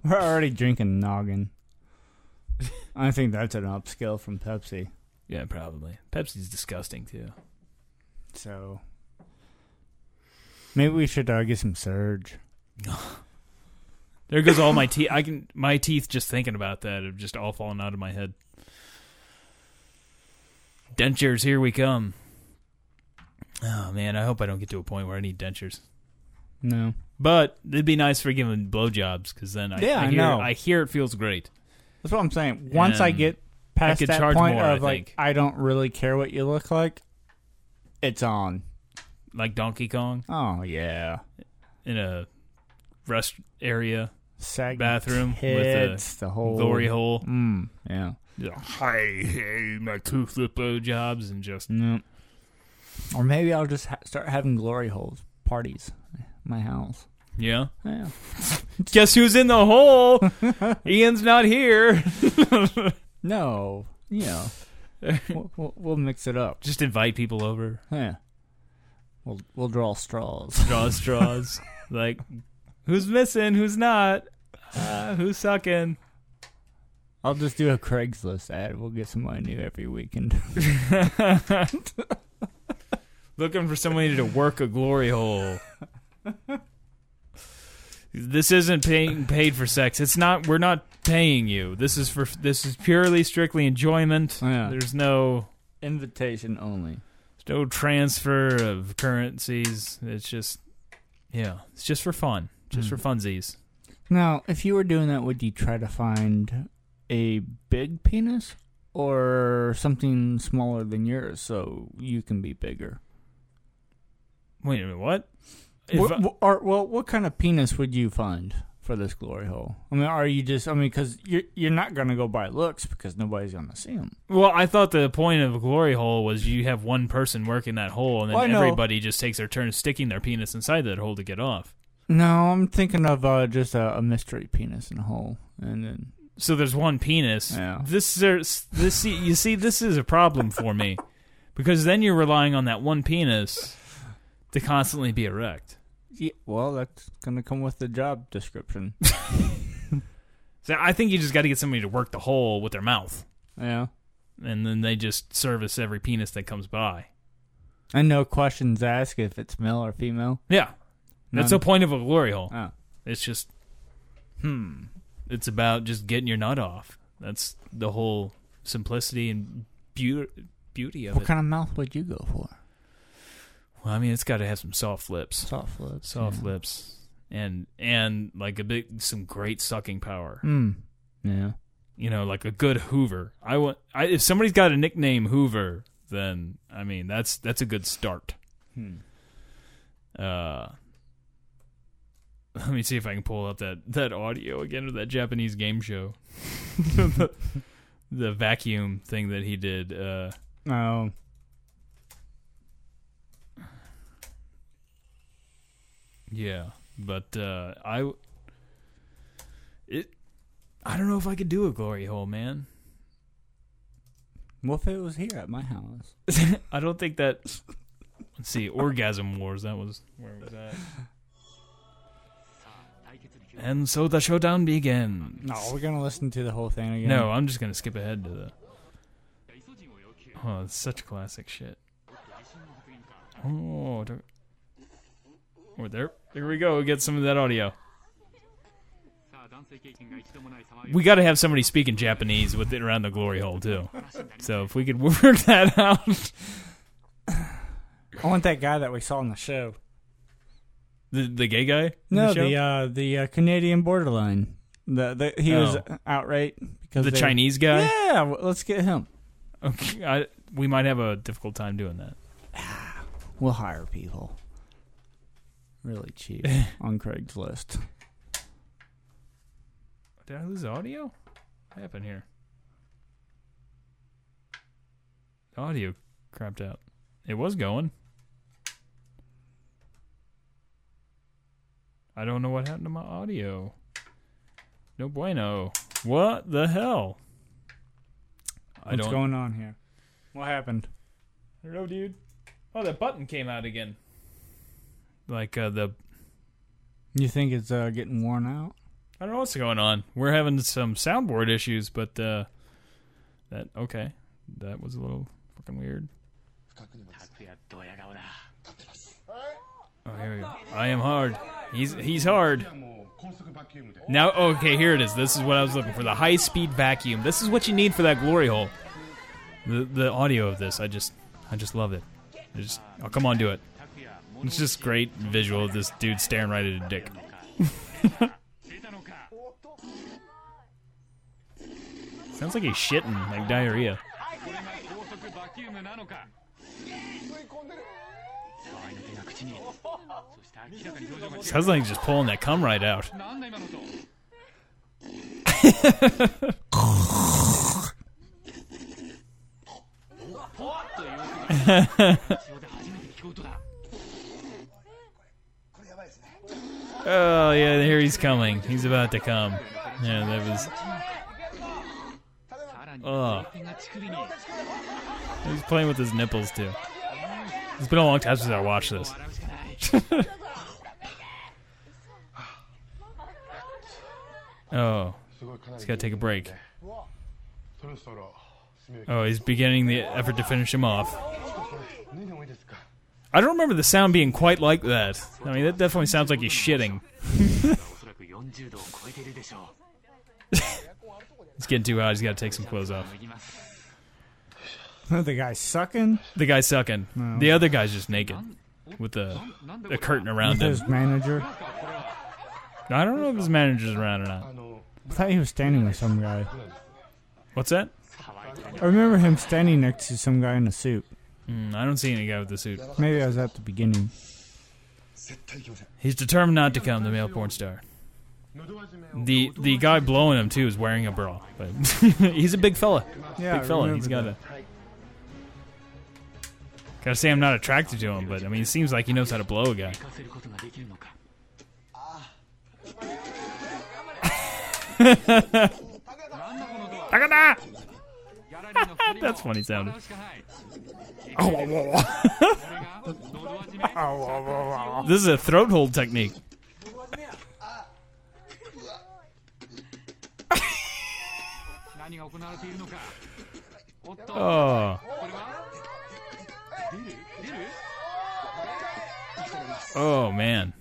Speaker 5: We're already drinking noggin. I think that's an upscale from Pepsi.
Speaker 4: Yeah, probably. Pepsi's disgusting too.
Speaker 5: So maybe we should uh, get some Surge.
Speaker 4: There goes all my teeth. I can my teeth just thinking about that have just all fallen out of my head. Dentures, here we come. Oh man, I hope I don't get to a point where I need dentures.
Speaker 5: No.
Speaker 4: But it'd be nice for giving blowjobs because then I,
Speaker 5: Yeah,
Speaker 4: I
Speaker 5: I
Speaker 4: hear
Speaker 5: know.
Speaker 4: I hear it feels great.
Speaker 5: That's what I'm saying. Once I
Speaker 4: And
Speaker 5: get past
Speaker 4: could
Speaker 5: that
Speaker 4: charge
Speaker 5: point
Speaker 4: more, I
Speaker 5: of like
Speaker 4: think.
Speaker 5: I don't really care what you look like, it's on.
Speaker 4: Like Donkey Kong
Speaker 5: Oh yeah.
Speaker 4: in a rest area
Speaker 5: Sag
Speaker 4: Bathroom with
Speaker 5: tits, the whole
Speaker 4: glory hole.
Speaker 5: Mm, yeah.
Speaker 4: Hey, hey, my two flip blowjobs and just
Speaker 5: No. Or maybe I'll just ha- start having glory holes parties at my house.
Speaker 4: yeah.
Speaker 5: Yeah.
Speaker 4: Guess who's in the hole? [laughs] Ian's not here. [laughs]
Speaker 5: No. You know. [laughs] we'll, we'll, we'll mix it up.
Speaker 4: Just invite people over.
Speaker 5: Yeah. We'll we'll draw straws.
Speaker 4: draw straws. like, who's missing? Who's not? Uh, who's sucking?
Speaker 5: I'll just do a Craigslist ad. We'll get somebody new every weekend.
Speaker 4: [laughs] Looking for somebody to work a glory hole. This isn't paying paid for sex. It's not. We're not paying you. This is for. This is purely, strictly enjoyment.
Speaker 5: [laughs] Yeah.
Speaker 4: There's no.
Speaker 5: Invitation only.
Speaker 4: there's no transfer of currencies. It's just. Yeah. It's just for fun. Just
Speaker 5: Hmm.
Speaker 4: for funsies.
Speaker 5: Now, if you were doing that, would you try to find a big penis or something smaller than yours so you can be bigger?
Speaker 4: Wait a minute. What? If
Speaker 5: What,
Speaker 4: I-
Speaker 5: wh- or well, what kind of penis would you find for this glory hole? I mean, are you just? I mean, because you're you're not gonna go by looks because nobody's gonna see them.
Speaker 4: Well, I thought the point of a glory hole was you have one person working that hole, and then
Speaker 5: Well, I know.
Speaker 4: everybody just takes their turn sticking their penis inside that hole to get off.
Speaker 5: No, I'm thinking of uh, just a, a mystery penis in a hole, and then
Speaker 4: So there's one penis.
Speaker 5: Yeah.
Speaker 4: This there's this see- you see this is a problem for me
Speaker 5: [laughs]
Speaker 4: because then you're relying on that one penis to constantly be erect.
Speaker 5: yeah, well, that's gonna come with the job [laughs] description.
Speaker 4: So I think you just got to get somebody to work the hole with their mouth,
Speaker 5: yeah,
Speaker 4: and then they just service every penis that comes by.
Speaker 5: and no questions asked if it's male or female.
Speaker 4: Yeah, that's
Speaker 5: None.
Speaker 4: the point of a glory hole.
Speaker 5: Oh.
Speaker 4: It's just
Speaker 5: Hmm.
Speaker 4: it's about just getting your nut off. That's the whole simplicity and beauty beauty of
Speaker 5: What
Speaker 4: it.
Speaker 5: kind of mouth would you go for?
Speaker 4: well, I mean, it's got to have some soft lips,
Speaker 5: Soft lips.
Speaker 4: soft
Speaker 5: yeah.
Speaker 4: lips, and and like a big some great sucking power.
Speaker 5: Mm. Yeah.
Speaker 4: You know, like a good Hoover. I want I, if somebody's got a nickname Hoover, then I mean that's that's a good start.
Speaker 5: Hmm.
Speaker 4: Uh, let me see if I can pull up that that audio again of that Japanese game show. [laughs] the, the vacuum thing that he did. Uh,
Speaker 5: Oh.
Speaker 4: yeah, but uh, I it I don't know if I could do a glory hole, man.
Speaker 5: What if it was here at my house?
Speaker 4: I don't think that. Let's see, Orgasm Wars. That was where was that? And so the showdown begins.
Speaker 5: No, we're gonna listen to the whole thing again.
Speaker 4: No, I'm just gonna skip ahead to the. Oh, it's such classic shit. Oh, there. Oh, there, there we go. We get some of that audio. We got to have somebody speaking Japanese with it around the glory hole too. So if we could [laughs] work that out,
Speaker 5: I want that guy that we saw on the show.
Speaker 4: the the gay guy. in
Speaker 5: No,
Speaker 4: the, show?
Speaker 5: the uh, the uh, Canadian borderline. The, the he was
Speaker 4: Oh.
Speaker 5: outright because
Speaker 4: the
Speaker 5: they-
Speaker 4: Chinese guy.
Speaker 5: Yeah, well, let's get him.
Speaker 4: Okay, I, we might have a difficult time doing that.
Speaker 5: We'll hire people. Really cheap [laughs] on Craigslist.
Speaker 4: Did I lose audio? What happened here? Audio crapped out. It was going. I don't know what happened to my audio. No bueno. What the hell? I
Speaker 5: What's
Speaker 4: don't
Speaker 5: going on here? What happened?
Speaker 4: I don't know, dude. Oh, that button came out again. Like uh, the
Speaker 5: You think it's uh, getting worn out?
Speaker 4: I don't know what's going on. We're having some soundboard issues, but uh, that okay. That was a little fucking weird. Oh, here we go. I am hard. He's he's hard. Now, okay, here it is. This is what I was looking for. The high speed vacuum. This is what you need for that glory hole. The the audio of this, I just I just love it. I just, oh, come on, do it.
Speaker 3: [laughs]
Speaker 4: It's just great visual of this dude staring right at a dick. Sounds like he's shitting, like diarrhea. Sounds like he's just pulling that cum right out.
Speaker 3: [laughs]
Speaker 4: Oh yeah, here he's coming. He's about to come. Yeah, that was. Ugh. He's playing with his nipples too. It's been a long time since I watched this. oh, he's got to take a break. Oh, he's beginning the effort to finish him off. I don't remember the sound being quite like that. I mean, that definitely sounds like he's shitting. It's getting too hot. He's got to take some clothes off.
Speaker 5: [laughs] the guy sucking
Speaker 4: The guy's sucking. The other guy's just naked with a, a curtain around him.
Speaker 5: his manager.
Speaker 4: I don't know if his manager's around or not.
Speaker 5: I thought he was standing with some guy.
Speaker 4: What's that?
Speaker 5: I remember him standing next to some guy in a suit.
Speaker 4: Mm, I don't see any guy with the suit.
Speaker 5: Maybe I was at the beginning.
Speaker 4: He's determined not to come, the male porn star. The the guy blowing him, too, is wearing a bra. But [laughs] he's a big fella.
Speaker 5: Yeah,
Speaker 4: big fella. He's got a. Gotta say, I'm not attracted to him, but I mean, it seems like he knows how to blow a guy. Takada! [laughs] Ah, That's [laughs] funny sounding. This is a throat hold technique. Oh. Oh man.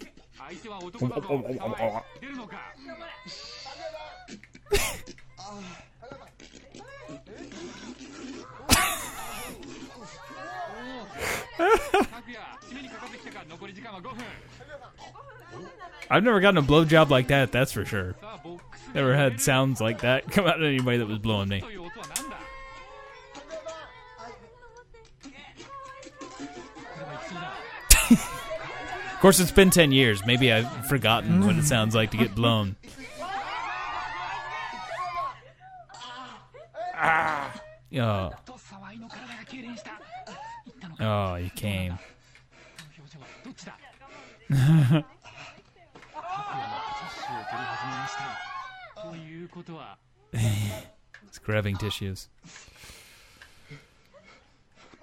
Speaker 4: I've never gotten a blowjob like that, that's for sure. Never had sounds like that [laughs] come out of anybody that was blowing me. Of course, it's been 10 years. Maybe I've forgotten what it sounds like to get blown. Oh,
Speaker 3: と沢井の体が痙攣した言ったのか
Speaker 4: oh, you came.
Speaker 3: 表情はどっちだ白夜はティッシュを取り始めましたということは
Speaker 4: It's grabbing tissues.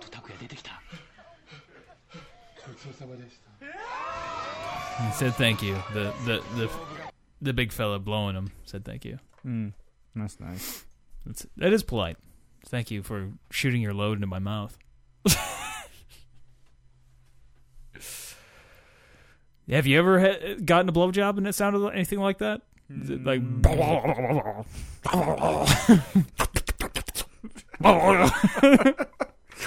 Speaker 3: と拓也出てきた
Speaker 4: He said thank you. The, the, the, the big fella blowing him said thank you.
Speaker 5: Mm, that's nice.
Speaker 4: That's, that is polite. Thank you for shooting your load into my mouth. [laughs] Have you ever ha- gotten a blowjob and it sounded like anything like that? Is it like
Speaker 5: [laughs] Mm.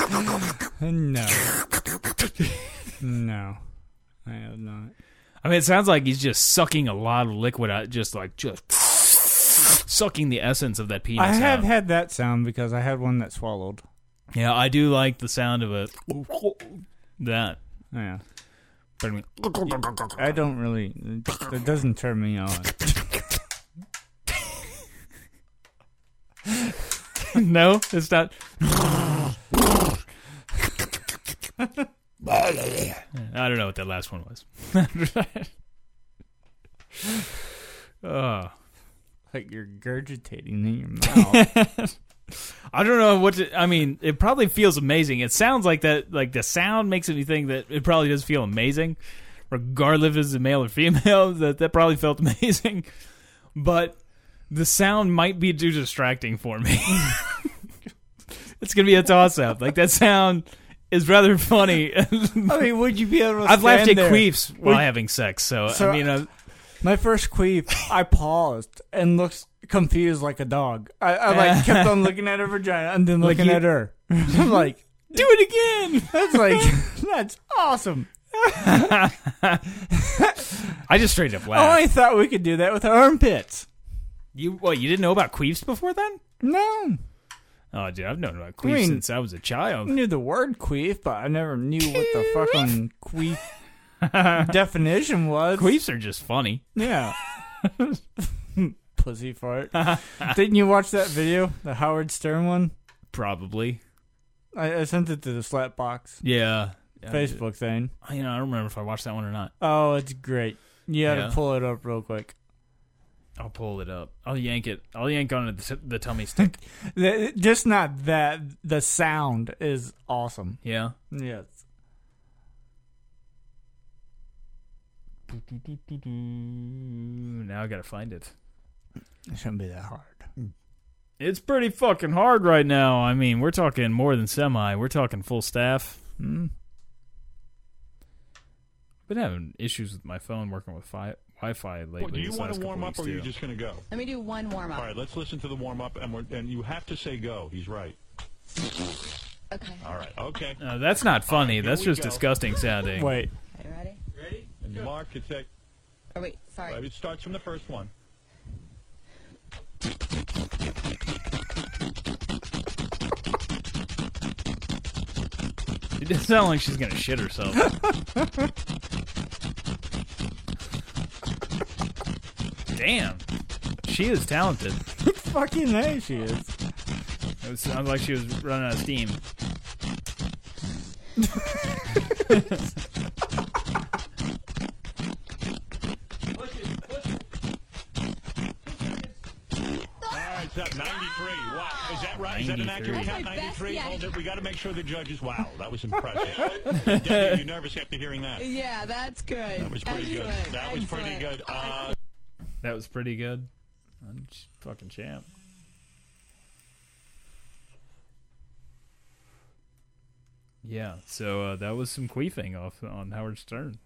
Speaker 5: No. no. I have not.
Speaker 4: I mean, it sounds like he's just sucking a lot of liquid out, just like just sucking the essence of that penis.
Speaker 5: I have
Speaker 4: out.
Speaker 5: had that sound because I had one that swallowed.
Speaker 4: yeah, I do like the sound of a that.
Speaker 5: Yeah.
Speaker 4: Pardon me.
Speaker 5: I don't really. It doesn't turn me on.
Speaker 4: [laughs] no, it's not. I don't know what that last one was. [laughs] oh.
Speaker 5: Like you're gurgitating in [laughs] your mouth.
Speaker 4: I don't know what to, I mean. It probably feels amazing. It sounds like that. Like the sound makes me think that it probably does feel amazing, regardless if it's a male or female. [laughs] That that probably felt amazing, but the sound might be too distracting for me. [laughs] it's gonna be a toss up. Like that sound is rather funny. [laughs]
Speaker 5: I mean, would you be able to?
Speaker 4: I've laughed at
Speaker 5: stand there?
Speaker 4: queefs while
Speaker 5: Would-
Speaker 4: having sex, so,
Speaker 5: So-
Speaker 4: I mean, uh,
Speaker 5: My first queef, I paused and looked confused like a dog. I, I [laughs] like kept on looking at her vagina and then
Speaker 4: Like
Speaker 5: looking
Speaker 4: you-
Speaker 5: at her. [laughs] I'm like,
Speaker 4: do it again.
Speaker 5: that's like, [laughs] that's awesome.
Speaker 4: [laughs] I just straight up
Speaker 5: Oh, I
Speaker 4: laughed.
Speaker 5: only thought we could do that with our armpits.
Speaker 4: you what? You didn't know about queefs before then?
Speaker 5: No,
Speaker 4: Oh, dude, I've known about
Speaker 5: I
Speaker 4: queefs
Speaker 5: mean-
Speaker 4: since I was a
Speaker 5: I
Speaker 4: child.
Speaker 5: knew the word queef, but I never knew what the fucking queef [laughs] definition was.
Speaker 4: Queefs are just funny. [laughs]
Speaker 5: Yeah. Pussy fart. [laughs] Didn't you watch that video? The Howard Stern one?
Speaker 4: Probably.
Speaker 5: I, I sent it to the Slapbox
Speaker 4: Yeah.
Speaker 5: Facebook thing.
Speaker 4: I, you know, I don't remember if I watched that one or not.
Speaker 5: Oh, it's great. You gotta
Speaker 4: Yeah.
Speaker 5: pull it up real quick.
Speaker 4: I'll pull it up. I'll yank it. I'll yank onto the, t- the tummy stick.
Speaker 5: The, just not that. The sound is awesome.
Speaker 4: [laughs] yeah.
Speaker 5: Yes.
Speaker 4: Now I gotta find it.
Speaker 5: It shouldn't be that hard.
Speaker 4: Mm. It's pretty fucking hard right now. I mean, we're talking more than semi. We're talking full staff. Hmm.
Speaker 5: Mm.
Speaker 4: Been having issues with my phone working with fi- Wi-Fi lately.
Speaker 6: Do you
Speaker 4: this
Speaker 6: want
Speaker 4: last
Speaker 6: to
Speaker 4: couple
Speaker 6: warm up
Speaker 4: weeks,
Speaker 6: or are you
Speaker 4: too.
Speaker 6: just going to go?
Speaker 7: Let me do one warm
Speaker 6: All
Speaker 7: up.
Speaker 6: right, let's listen to the warm up, and, we're, and you have to say go. He's right.
Speaker 7: Okay.
Speaker 6: All right, okay.
Speaker 4: No, Uh, that's
Speaker 6: [laughs]
Speaker 4: not funny.
Speaker 6: here
Speaker 4: that's
Speaker 6: we
Speaker 4: just
Speaker 6: go.
Speaker 4: disgusting sounding.
Speaker 5: Wait.
Speaker 7: Are you ready?
Speaker 6: Ready? Mark, it's a,
Speaker 7: Oh, wait, sorry.
Speaker 6: it starts from the first one.
Speaker 4: It doesn't sound like she's gonna shit herself. Damn, she is talented.
Speaker 5: Fucking A she is.
Speaker 4: It sounds like she was running out of steam.
Speaker 6: All right, it's up 93. Wow. Is that right? Is that an
Speaker 4: 93.
Speaker 6: accurate count?
Speaker 7: That's my best
Speaker 6: 93?
Speaker 7: yet.
Speaker 6: Hold it. We got to make sure the judges. Wow, that [laughs] was impressive. Debbie, you nervous after hearing that? That
Speaker 7: Yeah, that's good. That
Speaker 6: was pretty good. That was pretty good. Uh,
Speaker 4: That was pretty good. I'm ch- fucking champ. Yeah, so uh, that was some queefing off on Howard Stern.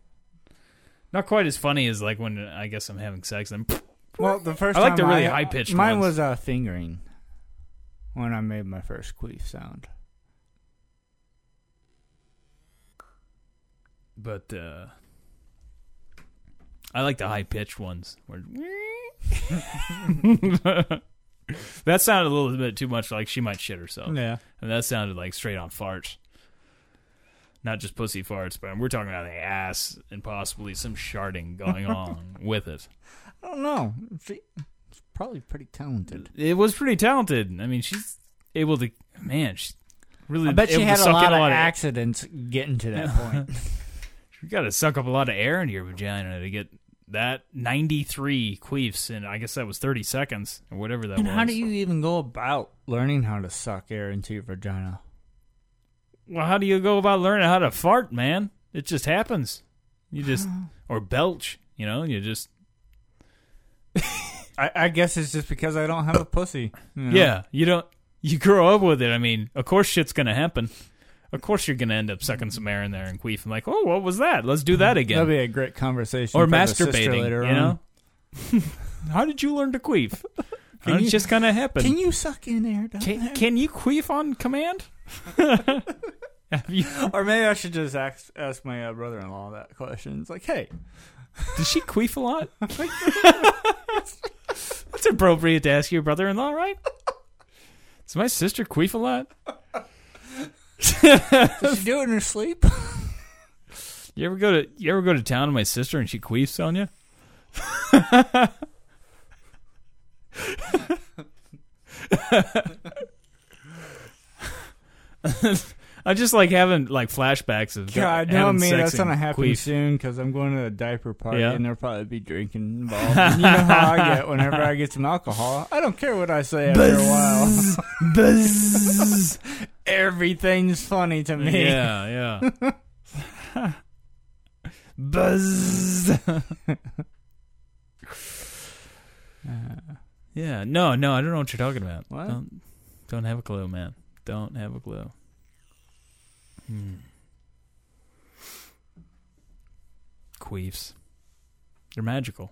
Speaker 4: Not quite as funny as like when I guess I'm having sex and
Speaker 5: Well, the first
Speaker 4: I like the
Speaker 5: time
Speaker 4: really high-pitched
Speaker 5: Mine
Speaker 4: ones.
Speaker 5: was uh, fingering when I made my first queef sound.
Speaker 4: but uh I like the high pitched ones. where- [laughs] that sounded a little bit too much like she might shit herself.
Speaker 5: Yeah.
Speaker 4: And that sounded like straight on farts. Not just pussy farts, but we're talking about the ass and possibly some
Speaker 5: [laughs]
Speaker 4: sharding going on with it.
Speaker 5: I don't know. She, she's probably pretty talented.
Speaker 4: It was pretty talented. I mean, she's able to, man, she's really
Speaker 5: I bet
Speaker 4: able
Speaker 5: she
Speaker 4: to
Speaker 5: had a
Speaker 4: suck
Speaker 5: lot
Speaker 4: in
Speaker 5: of
Speaker 4: a lot of
Speaker 5: accidents getting to
Speaker 4: [laughs]
Speaker 5: that point.
Speaker 4: You got to suck up a lot of air into your vagina to get that 93 queefs, and I guess that was 30 seconds or whatever that
Speaker 5: and
Speaker 4: was.
Speaker 5: how do you even go about learning how to suck air into your vagina?
Speaker 4: well, how do you go about learning how to fart, man? It just happens. You just or belch, you know. You just
Speaker 5: I, I guess it's just because I don't have a pussy. you know?
Speaker 4: yeah. You don't. You grow up with it. I mean, of course, shit's gonna happen. Of course, you're gonna end up sucking some air in there and queefing like, oh, what was that? Let's do that again.
Speaker 5: That'd be a great conversation.
Speaker 4: or
Speaker 5: for the sister
Speaker 4: masturbating,
Speaker 5: later
Speaker 4: you
Speaker 5: on.
Speaker 4: know. [laughs] how did you learn to queef?
Speaker 5: [laughs] Can
Speaker 4: It's
Speaker 5: you-
Speaker 4: just gonna happen.
Speaker 5: Can you suck in air down
Speaker 4: [laughs] Can,
Speaker 5: there?
Speaker 4: can you queef on command? [laughs] Have you-
Speaker 5: or maybe I should just ask, ask my uh, brother-in-law that question. It's like, [laughs] hey,
Speaker 4: did she queef
Speaker 5: [laughs]
Speaker 4: a lot?
Speaker 5: Oh
Speaker 4: That's appropriate to ask your brother-in-law, right? Does my sister queef a lot? [laughs]
Speaker 5: does she do it in her
Speaker 4: [laughs]
Speaker 5: sleep?
Speaker 4: You ever go to you ever go to town with my sister and she queefs on you? [laughs] I just like having like flashbacks of
Speaker 5: God, no,
Speaker 4: having
Speaker 5: me,
Speaker 4: sex
Speaker 5: that's
Speaker 4: and
Speaker 5: gonna happen
Speaker 4: queef.
Speaker 5: soon because I'm going to a diaper party
Speaker 4: Yeah.
Speaker 5: and there'll probably be drinking
Speaker 4: [laughs]
Speaker 5: involved. And you know how I get whenever I get some alcohol. I don't care what I say after a
Speaker 4: [laughs]
Speaker 5: while. [laughs]
Speaker 4: Buzz.
Speaker 5: Everything's funny to [laughs] me.
Speaker 4: Yeah, yeah. [laughs] Buzz. yeah, no, no, I don't know what you're talking about.
Speaker 5: What?
Speaker 4: Don't, don't have a clue, man. Don't have a clue. Hmm. Queefs. They're magical.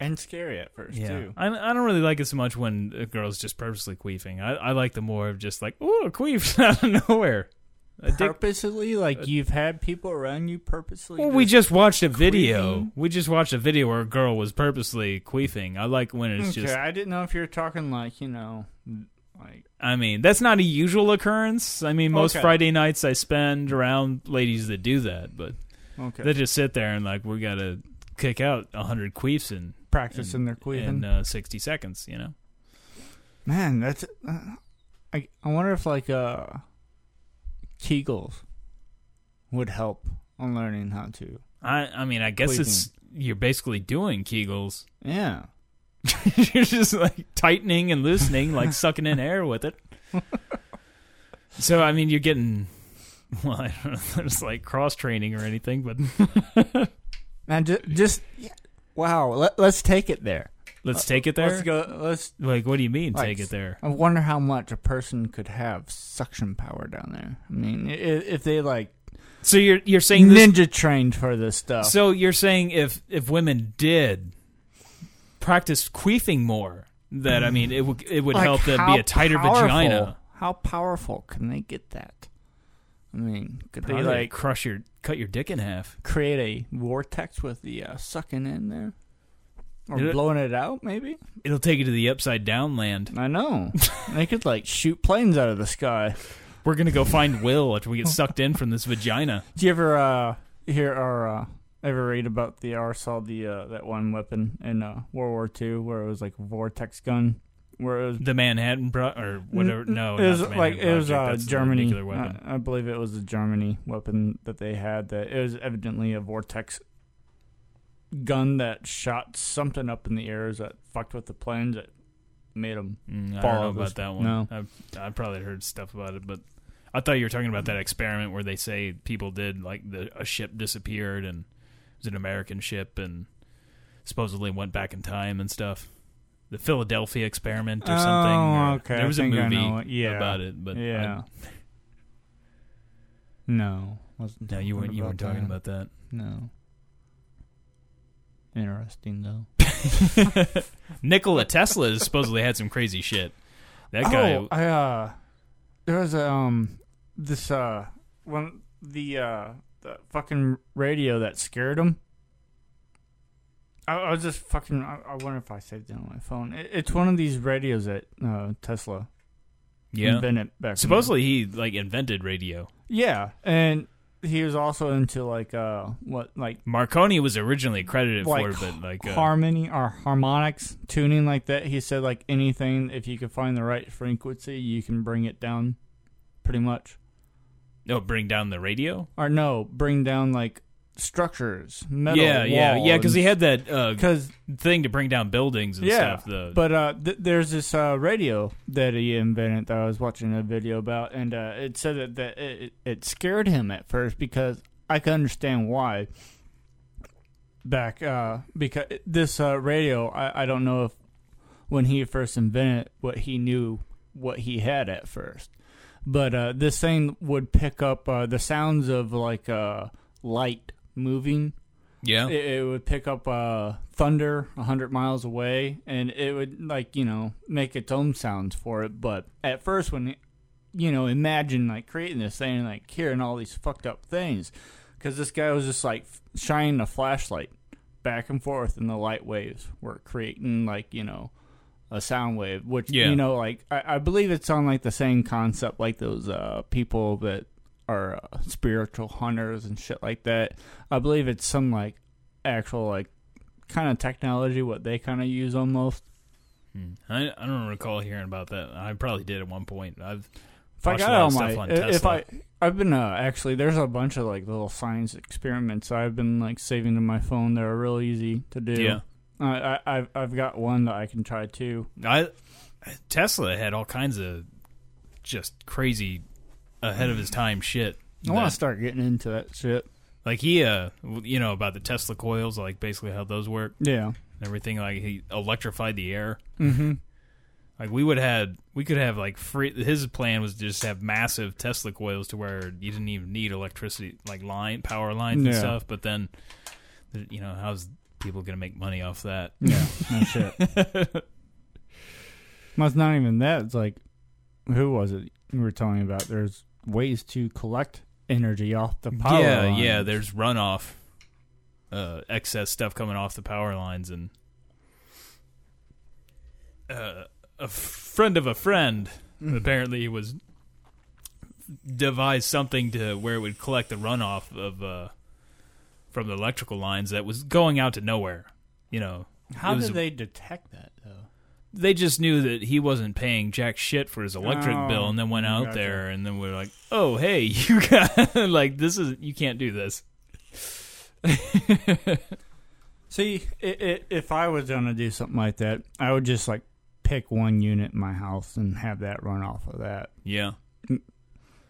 Speaker 5: And scary at first too.
Speaker 4: I, I don't really like it so much when a girl's just purposely queefing. I, I like the more of just like, ooh, a queef [laughs] out of nowhere. A dick
Speaker 5: Purposely, like you've had people around you purposely.
Speaker 4: Well, we just watched a video.
Speaker 5: queefing?
Speaker 4: We just watched a video where a girl was purposely queefing. I like when it's
Speaker 5: okay,
Speaker 4: just.
Speaker 5: I didn't know if you were talking like you know, like
Speaker 4: I mean, that's not a usual occurrence. I mean, most
Speaker 5: Okay.
Speaker 4: Friday nights I spend around ladies that do that, but
Speaker 5: okay,
Speaker 4: they just sit there and like we gotta kick out hundred queefs in
Speaker 5: practicing their queefing.
Speaker 4: in uh, sixty seconds. You know,
Speaker 5: Man, that's. Uh, I I wonder if like uh, Kegels would help on learning how to.
Speaker 4: I I mean, I guess it's you're basically doing Kegels. [laughs]
Speaker 5: Yeah.
Speaker 4: you're just like tightening and loosening, like sucking in air
Speaker 5: [laughs]
Speaker 4: with it. So I mean, you're getting well, I don't know, [laughs] if there's like cross training or anything, but [laughs]
Speaker 5: Man, just, just yeah. wow. Let, let's take it there.
Speaker 4: let's take it there.
Speaker 5: Uh, Let's go. Let's.
Speaker 4: Like, what do you mean,
Speaker 5: like,
Speaker 4: take it there?
Speaker 5: I wonder how much a person could have suction power down there. I mean, i- if they like
Speaker 4: So you're you're saying this,
Speaker 5: ninja trained for this stuff.
Speaker 4: so you're saying if if women did practice queefing more, that I mean, it would it would
Speaker 5: Like,
Speaker 4: help them
Speaker 5: how
Speaker 4: be a tighter
Speaker 5: powerful-
Speaker 4: vagina.
Speaker 5: How powerful can they get that? I mean, could
Speaker 4: Probably
Speaker 5: they like
Speaker 4: crush your cut your dick in half.
Speaker 5: create a vortex with the uh, sucking in there or
Speaker 4: Did it-
Speaker 5: blowing it out maybe
Speaker 4: It'll take you to the upside down land.
Speaker 5: i
Speaker 4: [laughs]
Speaker 5: know they could like shoot planes out of the sky
Speaker 4: We're gonna
Speaker 5: [laughs]
Speaker 4: go find Will after we get sucked in from this vagina.
Speaker 5: do you ever uh hear or uh ever read about the or saw the uh that one weapon in uh world war ii where it was like a vortex gun where it was
Speaker 4: the Manhattan Pro- or whatever. No,
Speaker 5: it was
Speaker 4: not the
Speaker 5: like
Speaker 4: Manhattan
Speaker 5: it was
Speaker 4: Project.
Speaker 5: uh,
Speaker 4: That's the
Speaker 5: Germany.
Speaker 4: nuclear weapon.
Speaker 5: I, I believe it was the Germany weapon that they had. That it was evidently a vortex gun that shot something up in the air that fucked with the planes that made them.
Speaker 4: Mm, I don't
Speaker 5: Fall
Speaker 4: know
Speaker 5: of
Speaker 4: about
Speaker 5: this-
Speaker 4: that one.
Speaker 5: no.
Speaker 4: I've, I probably heard stuff about it, but I thought you were talking about that experiment where they say people did like the, a ship disappeared and it was an American ship and supposedly went back in time and stuff. The Philadelphia experiment or something.
Speaker 5: Oh,
Speaker 4: or-
Speaker 5: okay.
Speaker 4: There
Speaker 5: I
Speaker 4: was a
Speaker 5: think I
Speaker 4: movie
Speaker 5: know what- yeah.
Speaker 4: about it, but I- [laughs]
Speaker 5: yeah. no, wasn't.
Speaker 4: no, you weren't. You weren't talking
Speaker 5: that.
Speaker 4: about that.
Speaker 5: no. Interesting though.
Speaker 4: [laughs] Nikola Tesla supposedly had some crazy shit. That guy.
Speaker 5: Oh, I uh, there was um this uh one the uh the fucking radio that scared him. I, I was just fucking. I, I wonder if I saved it on my phone. It, it's one of these radios that uh, Tesla invented back. in-
Speaker 4: Supposedly he like invented radio.
Speaker 5: yeah, and he was also into like uh, what like
Speaker 4: Marconi was originally credited
Speaker 5: like,
Speaker 4: for, it, but like uh,
Speaker 5: harmony or harmonics tuning like that. He said like anything if you can find the right frequency, you can bring it down, pretty much.
Speaker 4: no, bring down the radio.
Speaker 5: Or no, bring down like structures, metal.
Speaker 4: yeah, yeah, yeah. Because he had that uh,
Speaker 5: because
Speaker 4: thing to bring down buildings and
Speaker 5: yeah,
Speaker 4: stuff. The
Speaker 5: but uh, th- there's this uh, radio that he invented that I was watching a video about, and uh, it said that, that it, it- it scared him at first because I can understand why. Back uh, because this uh, radio, I, I don't know if when he first invented it, what he knew what he had at first, but uh, this thing would pick up uh, the sounds of like uh, light moving
Speaker 4: yeah,
Speaker 5: it, it would pick up uh, thunder 100 miles away and it would like you know make its own sounds for it but at first when you know imagine like creating this thing and like hearing all these fucked up things because this guy was just like f- shining a flashlight back and forth and the light waves were creating like you know a sound wave which
Speaker 4: Yeah.
Speaker 5: you know like I, I believe it's on like the same concept like those uh people that are uh, spiritual hunters and shit like that i believe it's some like actual like kind of technology what they kind of use almost
Speaker 4: Hmm. I, I don't recall hearing about that. I probably did at one point. I've
Speaker 5: if I
Speaker 4: watched
Speaker 5: got
Speaker 4: a
Speaker 5: it
Speaker 4: lot of
Speaker 5: on
Speaker 4: stuff
Speaker 5: my
Speaker 4: on
Speaker 5: i- if
Speaker 4: Tesla.
Speaker 5: I I've been uh, actually there's a bunch of like little science experiments I've been like saving to my phone that are real easy to do.
Speaker 4: Yeah.
Speaker 5: I, I I've I've got one that I can try too.
Speaker 4: I Tesla had all kinds of just crazy ahead of his time shit.
Speaker 5: I want
Speaker 4: that-
Speaker 5: to start getting into that shit.
Speaker 4: like he uh w- you know about the Tesla coils, like basically how those work
Speaker 5: Yeah.
Speaker 4: and everything. Like he electrified the air.
Speaker 5: Mm-hmm.
Speaker 4: Like we would had we could have like free. His plan was to just have massive Tesla coils to where you didn't even need electricity, like line power lines and
Speaker 5: Yeah.
Speaker 4: stuff. But then, th- you know, how's people gonna make money off that?
Speaker 5: Yeah. [laughs] No shit. Well, it's not even that. It's like, who was it you were telling me about? There's ways to collect energy off the power.
Speaker 4: yeah,
Speaker 5: lines.
Speaker 4: yeah. There's runoff, uh, excess stuff coming off the power lines, and uh, a friend of a friend
Speaker 5: Mm-hmm.
Speaker 4: apparently was devised something to where it would collect the runoff of uh, from the electrical lines that was going out to nowhere. You know,
Speaker 5: How
Speaker 4: It was-
Speaker 5: did they detect that though?
Speaker 4: they just knew that he wasn't paying jack shit for his electric
Speaker 5: Oh,
Speaker 4: bill, and then went out
Speaker 5: gotcha.
Speaker 4: there, and then we're like, "Oh, hey, [laughs] you got like this is you can't
Speaker 5: [laughs]
Speaker 4: do this."
Speaker 5: See, i i if I was gonna do something like that, I would just like pick one unit in my house and have that run off of that.
Speaker 4: Yeah.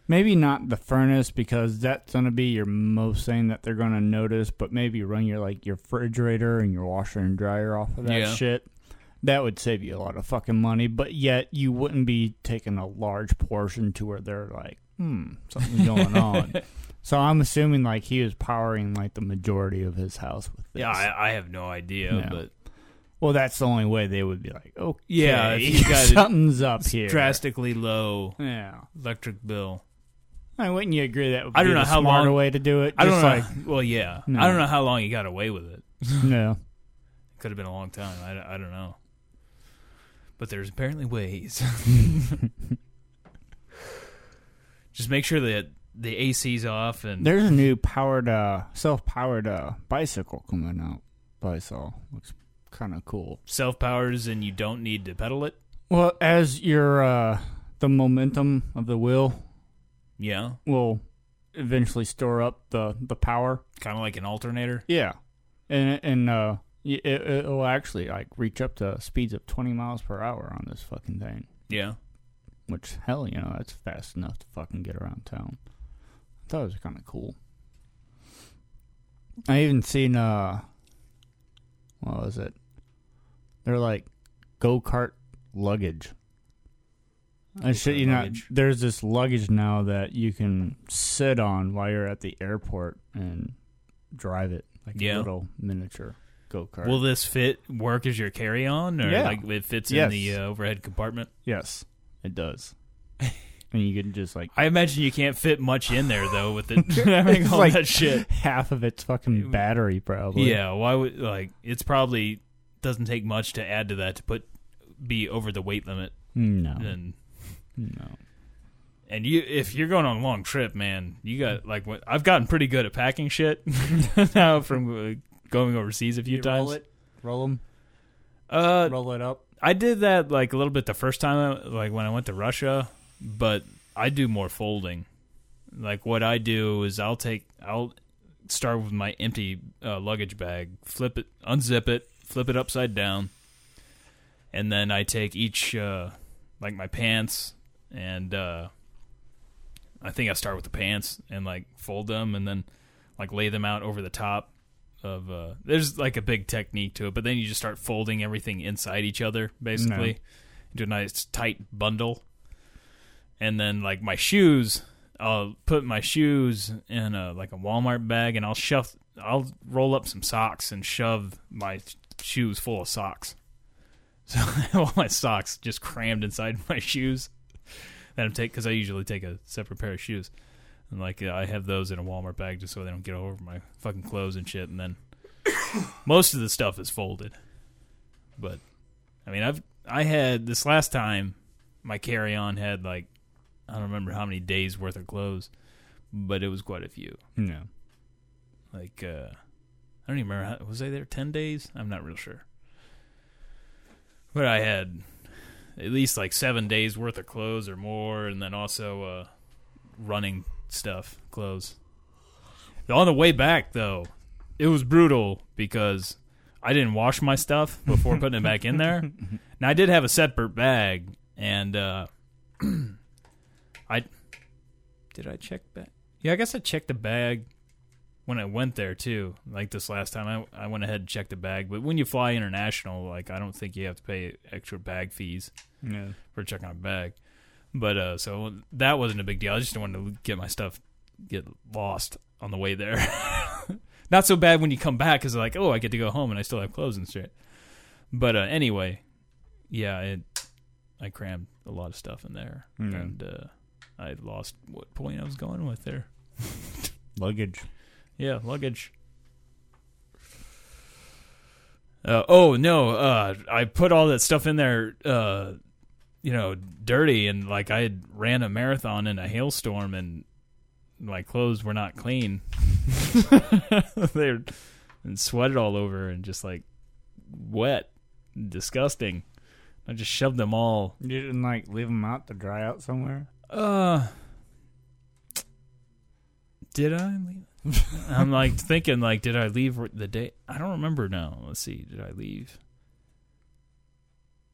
Speaker 5: Maybe not the furnace because that's gonna be your most thing that they're gonna notice, but maybe run your like your refrigerator and your washer and dryer off of that
Speaker 4: Yeah.
Speaker 5: shit. That would save you a lot of fucking money, but yet you wouldn't be taking a large portion to where they're like, hmm, something's going
Speaker 4: [laughs]
Speaker 5: on. So I'm assuming like he was powering like the majority of his house with this.
Speaker 4: Yeah, I, I have no idea,
Speaker 5: Yeah.
Speaker 4: but
Speaker 5: Well, that's the only way they would be like, okay,
Speaker 4: Yeah, if you got
Speaker 5: [laughs]
Speaker 4: it
Speaker 5: something's up here.
Speaker 4: drastically low
Speaker 5: Yeah,
Speaker 4: electric bill.
Speaker 5: I wouldn't you agree that would be
Speaker 4: I don't know
Speaker 5: the
Speaker 4: how
Speaker 5: smarter
Speaker 4: long-
Speaker 5: way to do it.
Speaker 4: I don't
Speaker 5: Just
Speaker 4: know.
Speaker 5: like,
Speaker 4: well, yeah,
Speaker 5: No.
Speaker 4: I don't know how long he got away with it.
Speaker 5: no,
Speaker 4: Could have been a long time. I, I don't know. But there's
Speaker 5: [laughs]
Speaker 4: apparently ways. Just make sure that the AC's off and
Speaker 5: there's a new powered, uh, self-powered uh, bicycle coming out. That I saw looks kind of cool.
Speaker 4: self powers, and you don't need to pedal it.
Speaker 5: Well, as your uh, the momentum of the wheel
Speaker 4: Yeah,
Speaker 5: will eventually store up the the power.
Speaker 4: kind of like an alternator.
Speaker 5: Yeah, and and uh, y- it, it'll actually like reach up to speeds of 20 miles per hour on this fucking thing.
Speaker 4: Yeah,
Speaker 5: Which hell, you know, that's fast enough to fucking get around town. I thought it was kind of cool. I even seen uh, what was it? They're like go kart luggage. And shit,
Speaker 4: Go-kart
Speaker 5: you know,
Speaker 4: luggage.
Speaker 5: there's this luggage now that you can sit on while you're at the airport and drive it like
Speaker 4: Yeah.
Speaker 5: a little miniature go kart.
Speaker 4: Will this fit work as your carry on, or
Speaker 5: Yeah.
Speaker 4: like it fits
Speaker 5: Yes.
Speaker 4: [laughs] in the uh, overhead compartment?
Speaker 5: yes, it does. and you can just like
Speaker 4: I imagine you can't fit much in there though with
Speaker 5: [laughs]
Speaker 4: it [laughs] having
Speaker 5: It's
Speaker 4: all
Speaker 5: like-
Speaker 4: that shit.
Speaker 5: half of its fucking battery probably.
Speaker 4: Yeah, why would like it's probably doesn't take much to add to that to put be over the weight limit
Speaker 5: No.
Speaker 4: and
Speaker 5: No.
Speaker 4: and you if you're going on a long trip, man, you got like what I've gotten pretty good at packing shit [laughs] now from uh, going overseas a few times.
Speaker 5: roll it. Roll them.
Speaker 4: Uh,
Speaker 5: Roll it up.
Speaker 4: I did that like a little bit the first time, like when I went to Russia, but I do more folding. Like what I do is I'll take, I'll start with my empty uh, luggage bag, flip it, unzip it, flip it upside down, and then I take each, uh, like my pants, and uh, I think I start with the pants and like fold them, and then like lay them out over the top of uh there's like a big technique to it but then you just start folding everything inside each other basically into a nice tight bundle and then like my shoes i'll put my shoes in a like a walmart bag and i'll shove i'll roll up some socks and shove my shoes full of socks so [laughs] all my socks just crammed inside [laughs] my shoes that i'm take because i usually take a separate pair of shoes and like I have those in a Walmart bag just so they don't get all over my fucking clothes and shit. And then [coughs] most of the stuff is folded. But I mean, I've I had this last time my carry on had like I don't remember how many days worth of clothes, but it was quite a few.
Speaker 5: No.
Speaker 4: Like uh I don't even remember. How, was I there ten days? I'm not real sure. But I had at least like seven days worth of clothes or more, and then also uh, running stuff clothes. On the way back though, it was brutal because I didn't wash my stuff before putting it back in there. Now I did have a separate bag, and uh, [clears throat] I did I check that? Yeah, I guess I checked the bag when I went there too. Like this last time, I I went ahead and checked the bag. But when you fly international, like I don't think you have to pay extra bag fees
Speaker 5: No.
Speaker 4: for checking a bag. But uh, so that wasn't a big deal. I just wanted to get my stuff get lost on the way there. [laughs] Not so bad when you come back because like, oh, I get to go home and I still have clothes and shit. But uh, anyway, yeah, it, I crammed a lot of stuff in there,
Speaker 5: Mhm.
Speaker 4: and uh, I lost what point I was going with there.
Speaker 5: Luggage.
Speaker 4: Yeah, luggage. Uh, oh no! Uh, I put all that stuff in there, uh, you know, dirty, and like I had ran a marathon in a hailstorm, and my clothes were not clean. [laughs] They're and sweated all over, and just like wet, disgusting. I just shoved them all
Speaker 5: You didn't like leave them out to dry out somewhere.
Speaker 4: uh, did I leave?
Speaker 5: [laughs]
Speaker 4: I'm like thinking, like, did I leave the day? I don't remember now. Let's see, did I leave?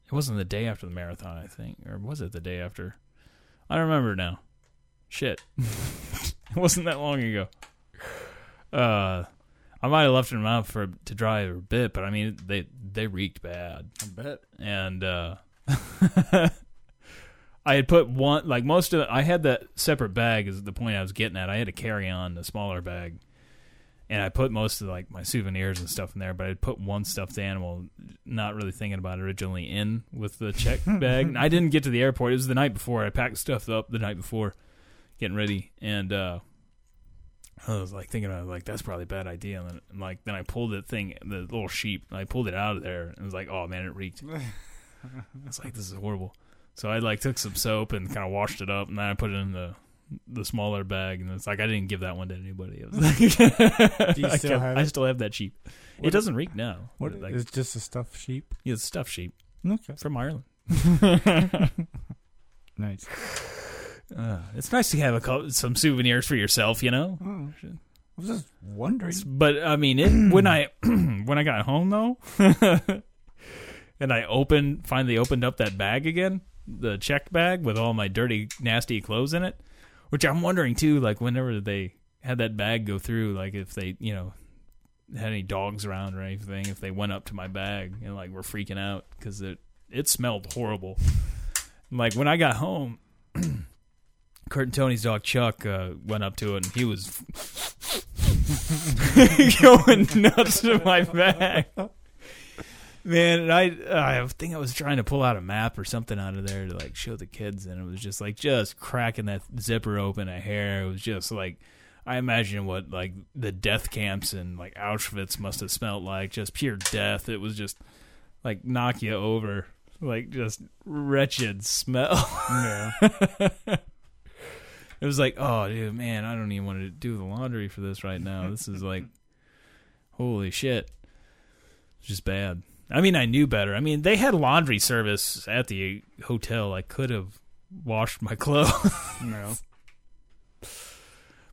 Speaker 4: It wasn't the day after the marathon, I think, or was it the day after? I don't remember now. Shit, [laughs] it wasn't that long ago. Uh, I might have left them out for to dry a bit, but I mean, they they reeked bad
Speaker 5: I bet.
Speaker 4: and uh [laughs] I had put one like most of I had that separate bag is the point I was getting at. I had a carry on, a smaller bag. And I put most of like my souvenirs and stuff in there, but I put one stuffed animal, not really thinking about it originally, in with
Speaker 5: [laughs]
Speaker 4: the check bag. And I didn't get to the airport. It was the night before. I packed stuff up the night before, getting ready, and uh, I was like thinking, I was like, that's probably a bad idea. And then, and, like, then I pulled that thing, the little sheep, and I pulled it out of there, and it was like, oh man,
Speaker 5: [laughs]
Speaker 4: it reeked. It's like this is horrible. So I like took some soap and kind of washed it up, and then I put it in the the smaller bag, and it's like I didn't give that one to anybody. It was like,
Speaker 5: [laughs] Do you
Speaker 4: [laughs] I,
Speaker 5: still
Speaker 4: kept-
Speaker 5: have
Speaker 4: I
Speaker 5: it?
Speaker 4: still have that sheep.
Speaker 5: What-
Speaker 4: it doesn't reek now.
Speaker 5: What?
Speaker 4: like,
Speaker 5: it's just a stuffed sheep.
Speaker 4: yeah, it's stuffed sheep
Speaker 5: Okay.
Speaker 4: from Ireland.
Speaker 5: Nice.
Speaker 4: Uh, it's nice to have a cou- some souvenirs for yourself, you know.
Speaker 5: [laughs] Oh, shit. I was just wondering.
Speaker 4: But I mean, it, [clears throat] when I when I got home though, [laughs] and I opened finally opened up that bag again, the checked bag with all my dirty, nasty clothes in it. Which I'm wondering too, like whenever they had that bag go through, like if they, you know, had any dogs around or anything, if they went up to my bag and like were freaking out because it it smelled horrible. Like when I got home, [clears throat] Kurt and Tony's dog Chuck uh, went up to it and he was [laughs] going nuts to my bag. Man, and I I think I was trying to pull out a map or something out of there to like show the kids, and it was just like just cracking that zipper open a hair. It was just like I imagine what like the death camps and like Auschwitz must have smelt like, just pure death. It was just like knock you over, like just wretched smell. [laughs] it was like, oh dude, man, I don't even want to do the laundry for this right now. This is like, holy shit, it's just bad. I mean, I knew better. I mean, they had laundry service at the hotel. I could have washed my [laughs] clothes.
Speaker 5: [laughs] No.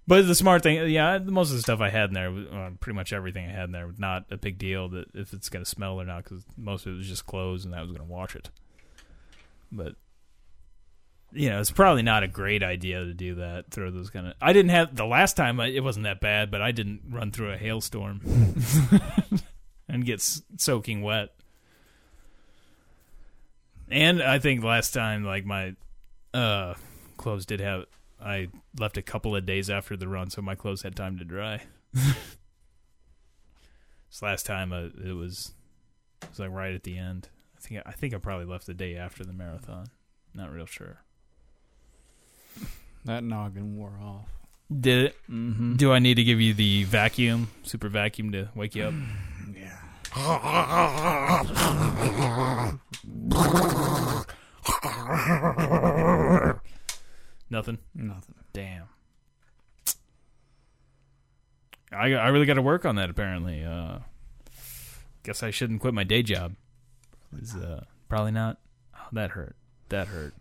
Speaker 4: But the smart thing, yeah, most of the stuff I had in there, uh, pretty much everything I had in there, was not a big deal that if it's going to smell or not, because most of it was just clothes and I was going to wash it. But, you know, it's probably not a great idea to do that. Throw those kind of. I didn't have. The last time, I, it wasn't that bad, but I didn't run through a hailstorm [laughs] and get s- soaking wet. And I think last time, like, my uh, clothes did have. I left a couple of days after the run, so my clothes had time to [laughs] dry. this last time, uh, it was it was like right at the end. I think I think I probably left the day after the marathon. Not real sure.
Speaker 5: That noggin wore off.
Speaker 4: Did it?
Speaker 5: Mm-hmm.
Speaker 4: Do I need to give you the vacuum, super vacuum, to wake [clears throat] you up?
Speaker 5: Yeah.
Speaker 4: Nothing.
Speaker 5: Nothing.
Speaker 4: Damn. I I really got to work on that. Apparently, uh, guess I shouldn't quit my day job. Is uh, probably not. Oh, that hurt. That hurt.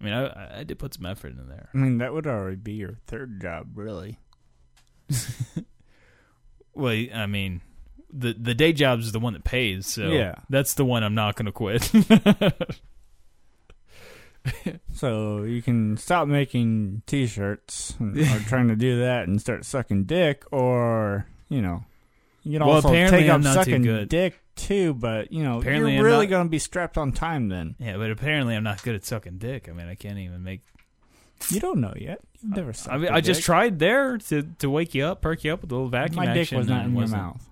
Speaker 4: I mean, I- I I did put some effort in there.
Speaker 5: I mean, that would already be your third job, really.
Speaker 4: Well, I mean, the the day job's the one that pays, so
Speaker 5: Yeah.
Speaker 4: that's the one I'm not going to quit. [laughs]
Speaker 5: So you can stop making T-shirts and-
Speaker 4: [laughs]
Speaker 5: or trying to do that and start sucking dick, or you know, you can
Speaker 4: Well,
Speaker 5: also
Speaker 4: apparently
Speaker 5: take
Speaker 4: I'm
Speaker 5: up
Speaker 4: not too
Speaker 5: sucking
Speaker 4: good.
Speaker 5: dick too. But you know,
Speaker 4: Apparently
Speaker 5: you're
Speaker 4: I'm
Speaker 5: really
Speaker 4: not-
Speaker 5: gonna be strapped on time then.
Speaker 4: yeah, but apparently I'm not good at sucking dick. I mean, I can't even make.
Speaker 5: You don't know yet. You've never sucked.
Speaker 4: I mean,
Speaker 5: a
Speaker 4: I just
Speaker 5: dick.
Speaker 4: tried there to to wake you up, perk you up with a little vacuum
Speaker 5: My dick
Speaker 4: action.
Speaker 5: was not
Speaker 4: and
Speaker 5: in your
Speaker 4: wasn't-
Speaker 5: mouth.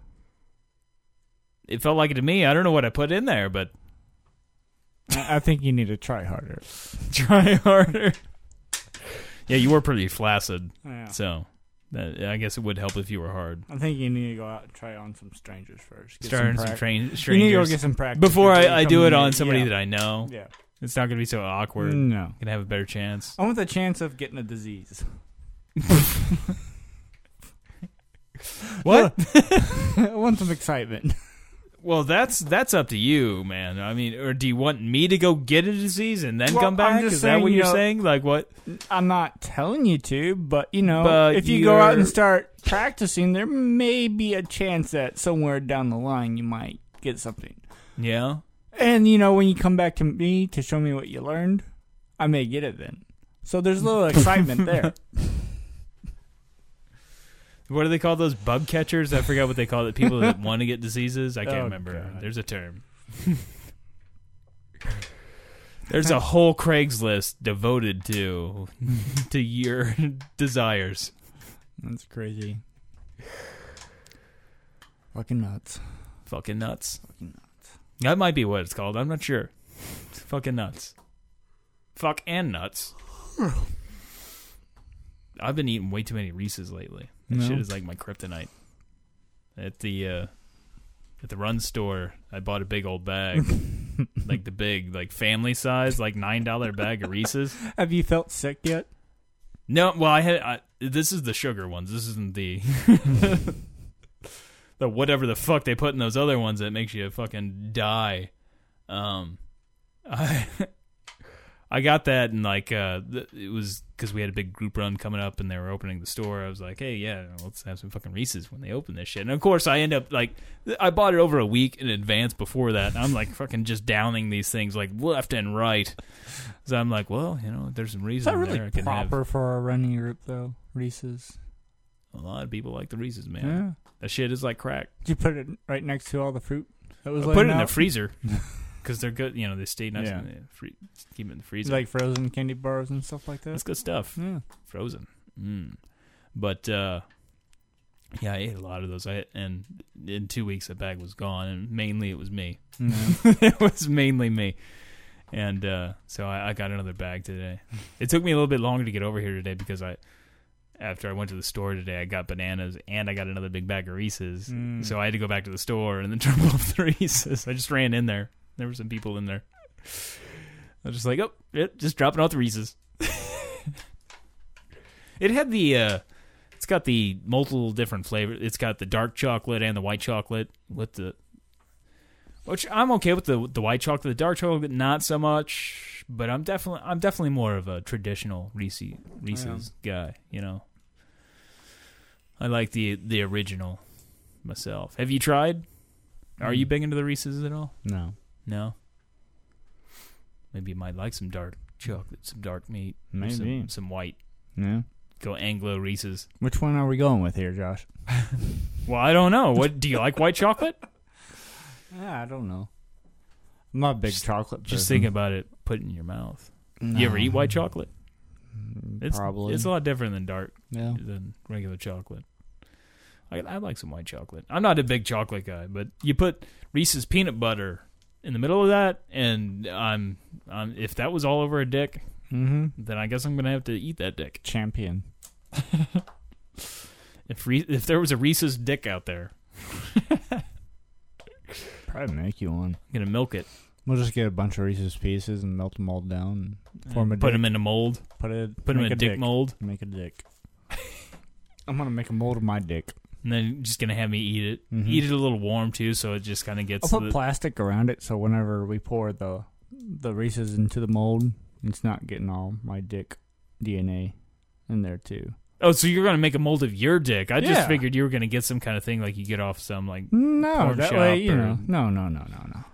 Speaker 4: It felt like it to me. I don't know what I put in there, but [laughs]
Speaker 5: I I think you need to try harder.
Speaker 4: try harder. yeah, you were pretty flaccid,
Speaker 5: Yeah.
Speaker 4: so that, I guess it would help if you were hard.
Speaker 5: I think you need to go out and try on some strangers first. Get
Speaker 4: Starting some,
Speaker 5: prac-
Speaker 4: train,
Speaker 5: You need to go
Speaker 4: strangers
Speaker 5: get some practice
Speaker 4: before
Speaker 5: before
Speaker 4: I, I
Speaker 5: you
Speaker 4: do
Speaker 5: come
Speaker 4: it
Speaker 5: in.
Speaker 4: on somebody
Speaker 5: Yeah. Mm.
Speaker 4: that I know.
Speaker 5: Yeah.
Speaker 4: It's not going to be so awkward.
Speaker 5: No.
Speaker 4: Gonna have a better chance.
Speaker 5: I want the chance of getting a disease.
Speaker 4: What?
Speaker 5: [laughs] I want some excitement.
Speaker 4: Well, that's that's up to you, man. I mean, or do you want me to go get a disease and then
Speaker 5: Well,
Speaker 4: come back?
Speaker 5: I'm just
Speaker 4: Is
Speaker 5: saying,
Speaker 4: that what
Speaker 5: you
Speaker 4: you're
Speaker 5: know-
Speaker 4: saying? Like what?
Speaker 5: I'm not telling you to, but you know,
Speaker 4: But
Speaker 5: if you go out and
Speaker 4: you're-
Speaker 5: start practicing, there may be a chance that somewhere down the line you might get something.
Speaker 4: Yeah.
Speaker 5: And you know, when you come back to me to show me what you learned, I may get it then. So there's a
Speaker 4: [laughs]
Speaker 5: little excitement there.
Speaker 4: What do they call those bug catchers? I forgot what they call it.
Speaker 5: [laughs]
Speaker 4: People that want to get diseases. I can't
Speaker 5: Oh,
Speaker 4: remember.
Speaker 5: God.
Speaker 4: There's
Speaker 5: [laughs]
Speaker 4: a term. There's a whole Craigslist devoted to [laughs] to your desires.
Speaker 5: That's crazy. Fucking nuts.
Speaker 4: Fucking nuts.
Speaker 5: Fucking nuts.
Speaker 4: That might be what it's called. I'm not sure. Fucking nuts. Fuck and nuts. I've been eating way too many Reese's lately. That
Speaker 5: No.
Speaker 4: shit is like my kryptonite. At the uh, at the run store, I bought a big
Speaker 5: [laughs]
Speaker 4: old bag, like the big like family size, like nine dollar bag of Reese's.
Speaker 5: Have you felt sick yet?
Speaker 4: No, well, I had I, this is the sugar ones. This isn't the [laughs] the whatever the fuck they put in those other ones that makes you fucking die. Um, [laughs] I I got that and like uh, th- it was because we had a big group run coming up and they were opening the store. I was like, hey, yeah, let's have some fucking Reese's when they open this shit. And of course, I end up like th- I bought it over a week in advance before that, and I'm like [laughs] fucking just downing these things like left and right. So I'm like, well, you know, there's some
Speaker 5: Is
Speaker 4: reason
Speaker 5: that really
Speaker 4: there I can have
Speaker 5: proper for a running group though? Reese's.
Speaker 4: a lot of people like the Reese's, man.
Speaker 5: yeah.
Speaker 4: That shit is like crack.
Speaker 5: Did you put it right next to all the fruit? That
Speaker 4: I
Speaker 5: was
Speaker 4: put
Speaker 5: laying
Speaker 4: it in the
Speaker 5: out?
Speaker 4: freezer
Speaker 5: [laughs]
Speaker 4: because they're good. You know, they stay nice
Speaker 5: Yeah.
Speaker 4: in the free- keep it in the freezer.
Speaker 5: like frozen candy bars and stuff like that.
Speaker 4: That's good stuff.
Speaker 5: yeah.
Speaker 4: Frozen. Mm. But uh, Yeah, I ate a lot of those. I and in two weeks that bag was gone, and mainly it was me. [laughs] it was mainly me, and uh, so I, I got another bag today. It took me a little bit longer to get over here today because I, after I went to the store today, I got bananas and I got another big bag of Reese's. So I had to go back to the store and then [laughs] triple up the Reese's. I just ran in there. There were some people in there. I was just like, oh, yep, just dropping off the Reese's. it had the. Uh, it's got the multiple different flavors. It's got the dark chocolate and the white chocolate with the which I'm okay with the the white chocolate, the dark chocolate not so much, but I'm definitely I'm definitely more of a traditional Reese Reese's guy, you know. I like the the original myself. Have you tried? Are you big into the Reese's at all?
Speaker 5: No.
Speaker 4: No. Maybe you might like some dark chocolate, some dark meat, or some,
Speaker 5: Maybe.
Speaker 4: some white.
Speaker 5: No.
Speaker 4: Go Anglo Reese's.
Speaker 5: Which one are we going with here, Josh?
Speaker 4: Well, I don't know. What do you
Speaker 5: [laughs]
Speaker 4: like white chocolate? Ah,
Speaker 5: Yeah, I don't know. I'm not a big chocolate.
Speaker 4: Just
Speaker 5: person.
Speaker 4: think about it. Put it in your mouth. You ever eat white chocolate? It's,
Speaker 5: Probably.
Speaker 4: It's a lot different than dark
Speaker 5: Yeah.
Speaker 4: than regular chocolate. I, I like some white chocolate. I'm not a big chocolate guy, but you put Reese's peanut butter in the middle of that, and I'm, I'm if that was all over a dick,
Speaker 5: Mm-hmm.
Speaker 4: then I guess I'm gonna have to eat that dick.
Speaker 5: Champion.
Speaker 4: If Re- if there was a Reese's dick out there, [laughs]
Speaker 5: Probably make you one.
Speaker 4: I'm gonna milk it,
Speaker 5: We'll just get a bunch of Reese's pieces and melt them all down. And form a
Speaker 4: put
Speaker 5: dick.
Speaker 4: them in a mold,
Speaker 5: Put it.
Speaker 4: put them
Speaker 5: make
Speaker 4: in a dick, mold,
Speaker 5: Make a dick. [laughs] I'm gonna make a mold of my dick.
Speaker 4: and then just gonna have me eat it.
Speaker 5: Mhm.
Speaker 4: Eat it a little warm too, so it just kind of
Speaker 5: I'll
Speaker 4: gets.
Speaker 5: put
Speaker 4: the-
Speaker 5: plastic around it so whenever we pour the the Reese's into the mold, it's not getting all my dick DNA in there too.
Speaker 4: Oh, so you're gonna make a mold of your dick? I just
Speaker 5: Yeah.
Speaker 4: figured you were gonna get some kind of thing like you get off some like,
Speaker 5: No,
Speaker 4: Porn
Speaker 5: that
Speaker 4: chop
Speaker 5: way you
Speaker 4: or-
Speaker 5: know. No, no, no, no, no.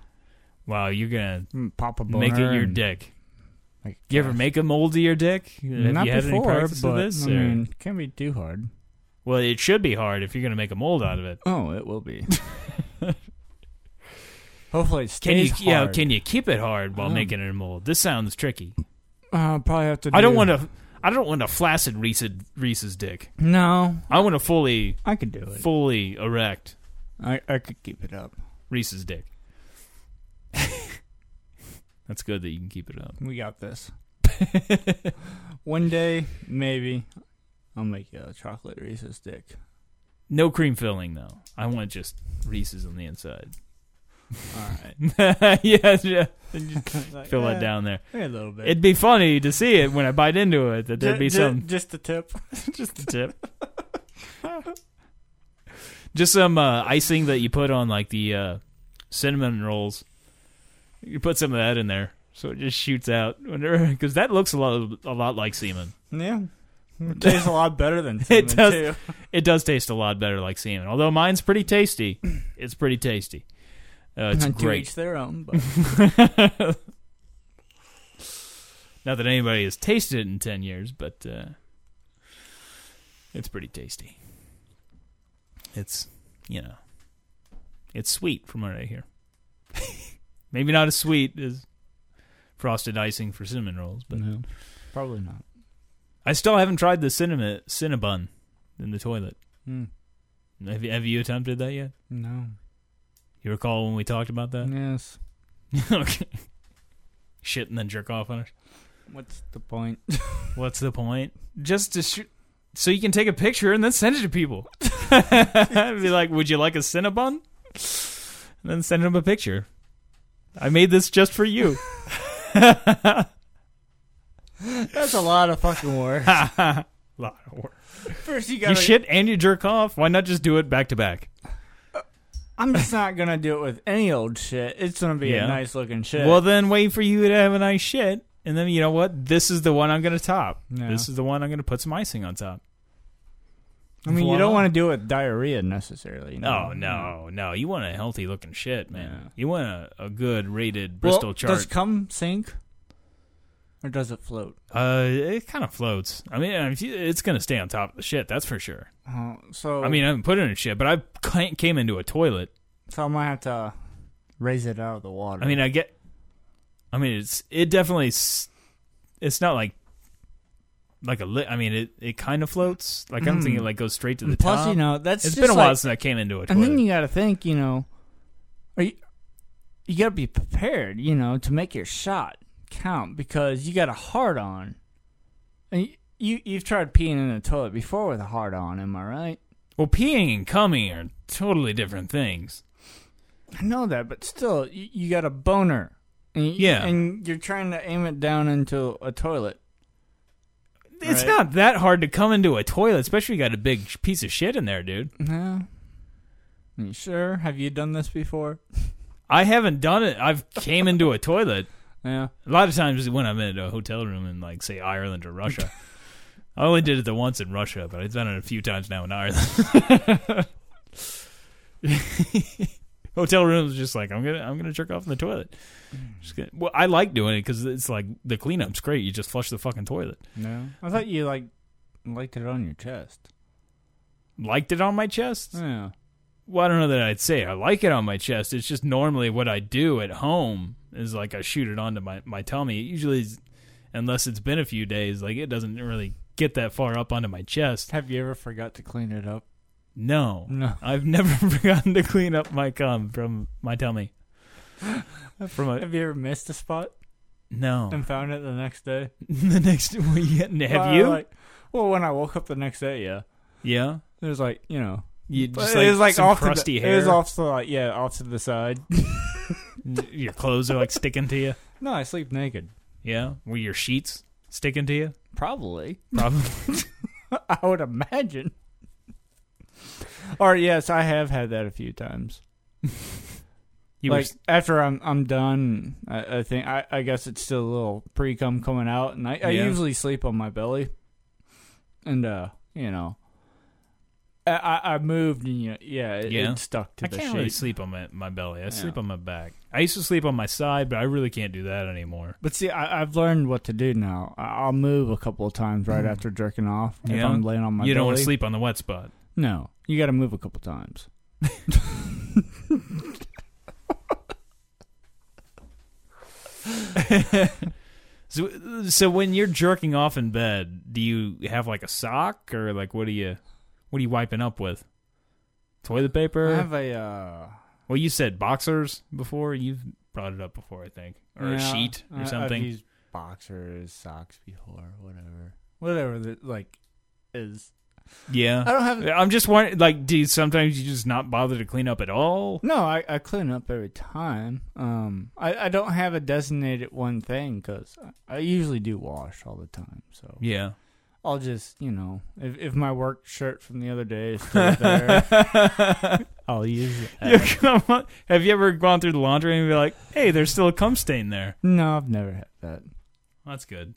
Speaker 4: wow, you're gonna
Speaker 5: Mm, Pop a boner.
Speaker 4: make it your
Speaker 5: and-
Speaker 4: dick.
Speaker 5: Like,
Speaker 4: You ever make a mold of your dick? Have
Speaker 5: Not
Speaker 4: you had any
Speaker 5: before,
Speaker 4: practice
Speaker 5: but
Speaker 4: of this?
Speaker 5: I
Speaker 4: or-
Speaker 5: mean, can't be too hard.
Speaker 4: well, it should be hard if you're gonna make a mold out of it.
Speaker 5: Oh, it will be. [laughs] Hopefully, it
Speaker 4: Can you?
Speaker 5: stays
Speaker 4: Yeah,
Speaker 5: hard.
Speaker 4: can you keep it hard while
Speaker 5: Um,
Speaker 4: making it a mold? This sounds tricky.
Speaker 5: Uh, probably have to.
Speaker 4: I don't
Speaker 5: do-
Speaker 4: want to. I don't want a flaccid Reese's, Reese's dick.
Speaker 5: No,
Speaker 4: I want a fully,
Speaker 5: I could do it.
Speaker 4: fully erect
Speaker 5: I I could keep it up.
Speaker 4: Reese's dick. [laughs] That's good that you can keep it up.
Speaker 5: We got this. [laughs] One day, maybe, I'll make you a chocolate Reese's dick.
Speaker 4: No cream filling though. I want just Reese's on the inside. [laughs]
Speaker 5: All [laughs] right,
Speaker 4: yeah, yeah.
Speaker 5: Like,
Speaker 4: Fill
Speaker 5: eh,
Speaker 4: it down there.
Speaker 5: a little bit.
Speaker 4: It'd be funny to see it when I bite into it that there'd be
Speaker 5: Ju- ju-
Speaker 4: some
Speaker 5: Just the tip.
Speaker 4: just a tip, [laughs] just some uh, icing that you put on like the uh, cinnamon rolls. You put some of that in there, so it just shoots out [laughs] because that looks a lot a lot like semen.
Speaker 5: Yeah, [laughs] it tastes a lot better than
Speaker 4: [laughs] It
Speaker 5: cinnamon,
Speaker 4: does.
Speaker 5: Too.
Speaker 4: It does taste a lot better like semen, although mine's pretty tasty. [clears throat] It's pretty tasty. Uh,
Speaker 5: [laughs]
Speaker 4: it's
Speaker 5: To
Speaker 4: great.
Speaker 5: each their own.
Speaker 4: [laughs]
Speaker 5: But
Speaker 4: Not that anybody has tasted it in 10 years, but uh, it's pretty tasty. It's, you know, it's sweet from what I hear. [laughs] Maybe not as sweet as frosted icing for cinnamon rolls, but
Speaker 5: no, probably not.
Speaker 4: I still haven't tried the cinnamon cinnabon in the toilet.
Speaker 5: Hmm.
Speaker 4: Have you, have you attempted that yet?
Speaker 5: No.
Speaker 4: You recall when we talked about that? [laughs]
Speaker 5: Yes.
Speaker 4: okay. Shit and then jerk off on it.
Speaker 5: What's the point?
Speaker 4: What's the point? Just to sh- so you can take a picture and then send it to people. [laughs] Be like, would you like a Cinnabon? And then send them a picture. I made this just for you.
Speaker 5: That's a lot of fucking
Speaker 4: [laughs]
Speaker 5: work.
Speaker 4: [laughs] Lot of work.
Speaker 5: First,
Speaker 4: You shit and you jerk off. Why not just do it back to back?
Speaker 5: I'm just not gonna do it with any old shit. It's gonna be
Speaker 4: Yeah.
Speaker 5: a nice looking shit.
Speaker 4: Well, then wait for you to have a nice shit, and then you know what? This is the one I'm gonna top.
Speaker 5: Yeah.
Speaker 4: This is the one I'm gonna put some icing on top.
Speaker 5: I mean, you
Speaker 4: voila.
Speaker 5: don't want to do it with diarrhea necessarily. you know?
Speaker 4: Oh no, no! You want a healthy looking shit, man.
Speaker 5: Yeah.
Speaker 4: You want a, a good rated
Speaker 5: Well,
Speaker 4: Bristol chart.
Speaker 5: Does cum sink, or does it float?
Speaker 4: Uh, it kind of floats. I mean, if you, it's gonna stay on top of the shit. That's for sure.
Speaker 5: Uh, so
Speaker 4: I mean, I haven't put it in shit, but I ca- came into a toilet.
Speaker 5: so I'm gonna have to raise it out of the water.
Speaker 4: I mean, I get. I mean, it's it definitely. s- It's not like like a li- I mean, it, it kind of floats. Like I don't think it like goes straight to the
Speaker 5: Mm. Plus,
Speaker 4: top.
Speaker 5: you know, that's
Speaker 4: it's
Speaker 5: just
Speaker 4: been a while
Speaker 5: like-
Speaker 4: since I came into it.
Speaker 5: and then you got to think, you know, are you, you got to be prepared, you know, to make your shot count because you got a hard on. And you, you you've tried peeing in the toilet before with a hard on, am I right?
Speaker 4: well, peeing and coming are totally different things.
Speaker 5: I know that, but still, you, you got a boner. And you-
Speaker 4: Yeah.
Speaker 5: and you're trying to aim it down into a toilet.
Speaker 4: It's
Speaker 5: Right.
Speaker 4: not that hard to come into a toilet, especially you got a big sh- piece of shit in there, dude.
Speaker 5: No. You sure? Have you done this before?
Speaker 4: I haven't done it. I've came into a toilet.
Speaker 5: Yeah.
Speaker 4: A lot of times when I'm in a hotel room in like say Ireland or Russia. I only did it the once in Russia, but I've done it a few times now in Ireland. [laughs] hotel rooms just like I'm gonna I'm gonna jerk off in the toilet. Just gonna, well, I like doing it because it's like the cleanup's great. You just flush the fucking toilet.
Speaker 5: No. I thought you like liked it on your chest.
Speaker 4: Liked it on my chest.
Speaker 5: Yeah.
Speaker 4: Well, I don't know that I'd say I like it on my chest. It's just normally what I do at home is like I shoot it onto my my tummy. It usually, is, unless it's been a few days, like it doesn't really get that far up onto my chest.
Speaker 5: Have you ever forgot to clean it up?
Speaker 4: No,
Speaker 5: No.
Speaker 4: I've [laughs] never forgotten to clean up my cum from my
Speaker 5: [laughs]
Speaker 4: tummy. From
Speaker 5: [laughs]
Speaker 4: a
Speaker 5: Have you ever missed a spot
Speaker 4: no,
Speaker 5: [laughs]
Speaker 4: [laughs]
Speaker 5: and found it the next day?
Speaker 4: the next [laughs] well, yeah, have
Speaker 5: Well,
Speaker 4: you?
Speaker 5: Like, well, when I woke up the next day, yeah,
Speaker 4: yeah,
Speaker 5: it was like you know,
Speaker 4: you just
Speaker 5: it
Speaker 4: like,
Speaker 5: was like
Speaker 4: some
Speaker 5: off
Speaker 4: crusty
Speaker 5: to the,
Speaker 4: hair.
Speaker 5: It was
Speaker 4: [laughs]
Speaker 5: off to like yeah, off to the side. [laughs]
Speaker 4: Your clothes are like sticking to you.
Speaker 5: no, I sleep naked.
Speaker 4: Yeah, were your sheets sticking to you?
Speaker 5: Probably,
Speaker 4: Probably.
Speaker 5: [laughs]
Speaker 4: [laughs]
Speaker 5: I would imagine. [laughs] or yes, I have had that a few times.
Speaker 4: You
Speaker 5: like after I'm I'm done, I, I think I, I guess it's still a little pre cum coming out, and I, I
Speaker 4: Yeah.
Speaker 5: usually sleep on my belly, and uh, you know, I I, I moved and you know, yeah, it,
Speaker 4: Yeah.
Speaker 5: it stuck to
Speaker 4: I
Speaker 5: the
Speaker 4: can't
Speaker 5: shape.
Speaker 4: really sleep on my, my belly. I sleep on my back. I used to sleep on my side, but I really can't do that anymore.
Speaker 5: But see, I, I've learned what to do now. I- I'll move a couple of times right after jerking off if
Speaker 4: Yeah.
Speaker 5: I'm laying on my.
Speaker 4: you don't
Speaker 5: belly.
Speaker 4: want to sleep on the
Speaker 5: [laughs]
Speaker 4: wet spot.
Speaker 5: No, you got to move a couple times.
Speaker 4: So, so when you're jerking off in bed, do you have like a sock or like what are you, what are you wiping up with? Toilet
Speaker 5: I
Speaker 4: paper?
Speaker 5: have a uh,
Speaker 4: well, you said boxers before. You've brought it up before, I think, or a
Speaker 5: yeah,
Speaker 4: sheet
Speaker 5: I-
Speaker 4: or something.
Speaker 5: I've used boxers, socks before, whatever, whatever that like is.
Speaker 4: [laughs] yeah,
Speaker 5: I don't have
Speaker 4: I'm just wondering, like, do you, sometimes you just not bother to clean up at all?
Speaker 5: No, I, I clean up every time. Um, I, I don't have a designated one thing because I, I usually do wash all the time. So
Speaker 4: Yeah.
Speaker 5: I'll just, you know, if, if my work shirt from the other day is still
Speaker 4: [laughs]
Speaker 5: there, [laughs] Oh, I'll use it.
Speaker 4: You [laughs] come on- have you ever gone through the laundry and be like, "Hey, there's still a cum stain there."
Speaker 5: No, I've never had that. [laughs]
Speaker 4: That's good.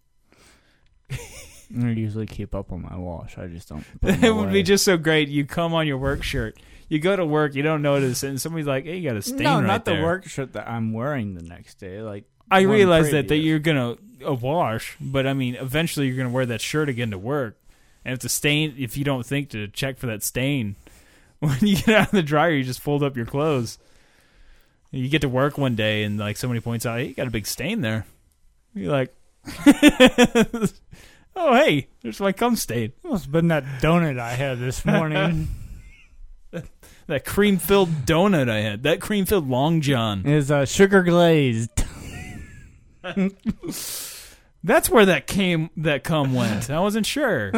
Speaker 5: I usually keep up on my wash. I just don't. put 'em
Speaker 4: [laughs] it would
Speaker 5: away.
Speaker 4: be just so great. You come on your work shirt. You go to work. You don't notice, and somebody's like, "Hey, you got a stain
Speaker 5: no,
Speaker 4: right
Speaker 5: not the
Speaker 4: there."
Speaker 5: work shirt that I'm wearing the next day. Like
Speaker 4: I
Speaker 5: one
Speaker 4: realize that that
Speaker 5: previous.
Speaker 4: you're gonna uh, wash, but I mean, eventually you're gonna wear that shirt again to work, and if the stain, if you don't think to check for that stain, [laughs] when you get out of the dryer, you just fold up your clothes. You get to work one day, and like somebody points out, "Hey, you got a big stain there." You're like, [laughs] "Oh, hey, there's my cum stain."
Speaker 5: It must have been that donut I had
Speaker 4: [laughs]
Speaker 5: this morning.
Speaker 4: That cream filled donut I had. That cream filled Long John.
Speaker 5: is uh, sugar glazed.
Speaker 4: That's where that came that cum went. I wasn't
Speaker 5: [laughs]
Speaker 4: sure.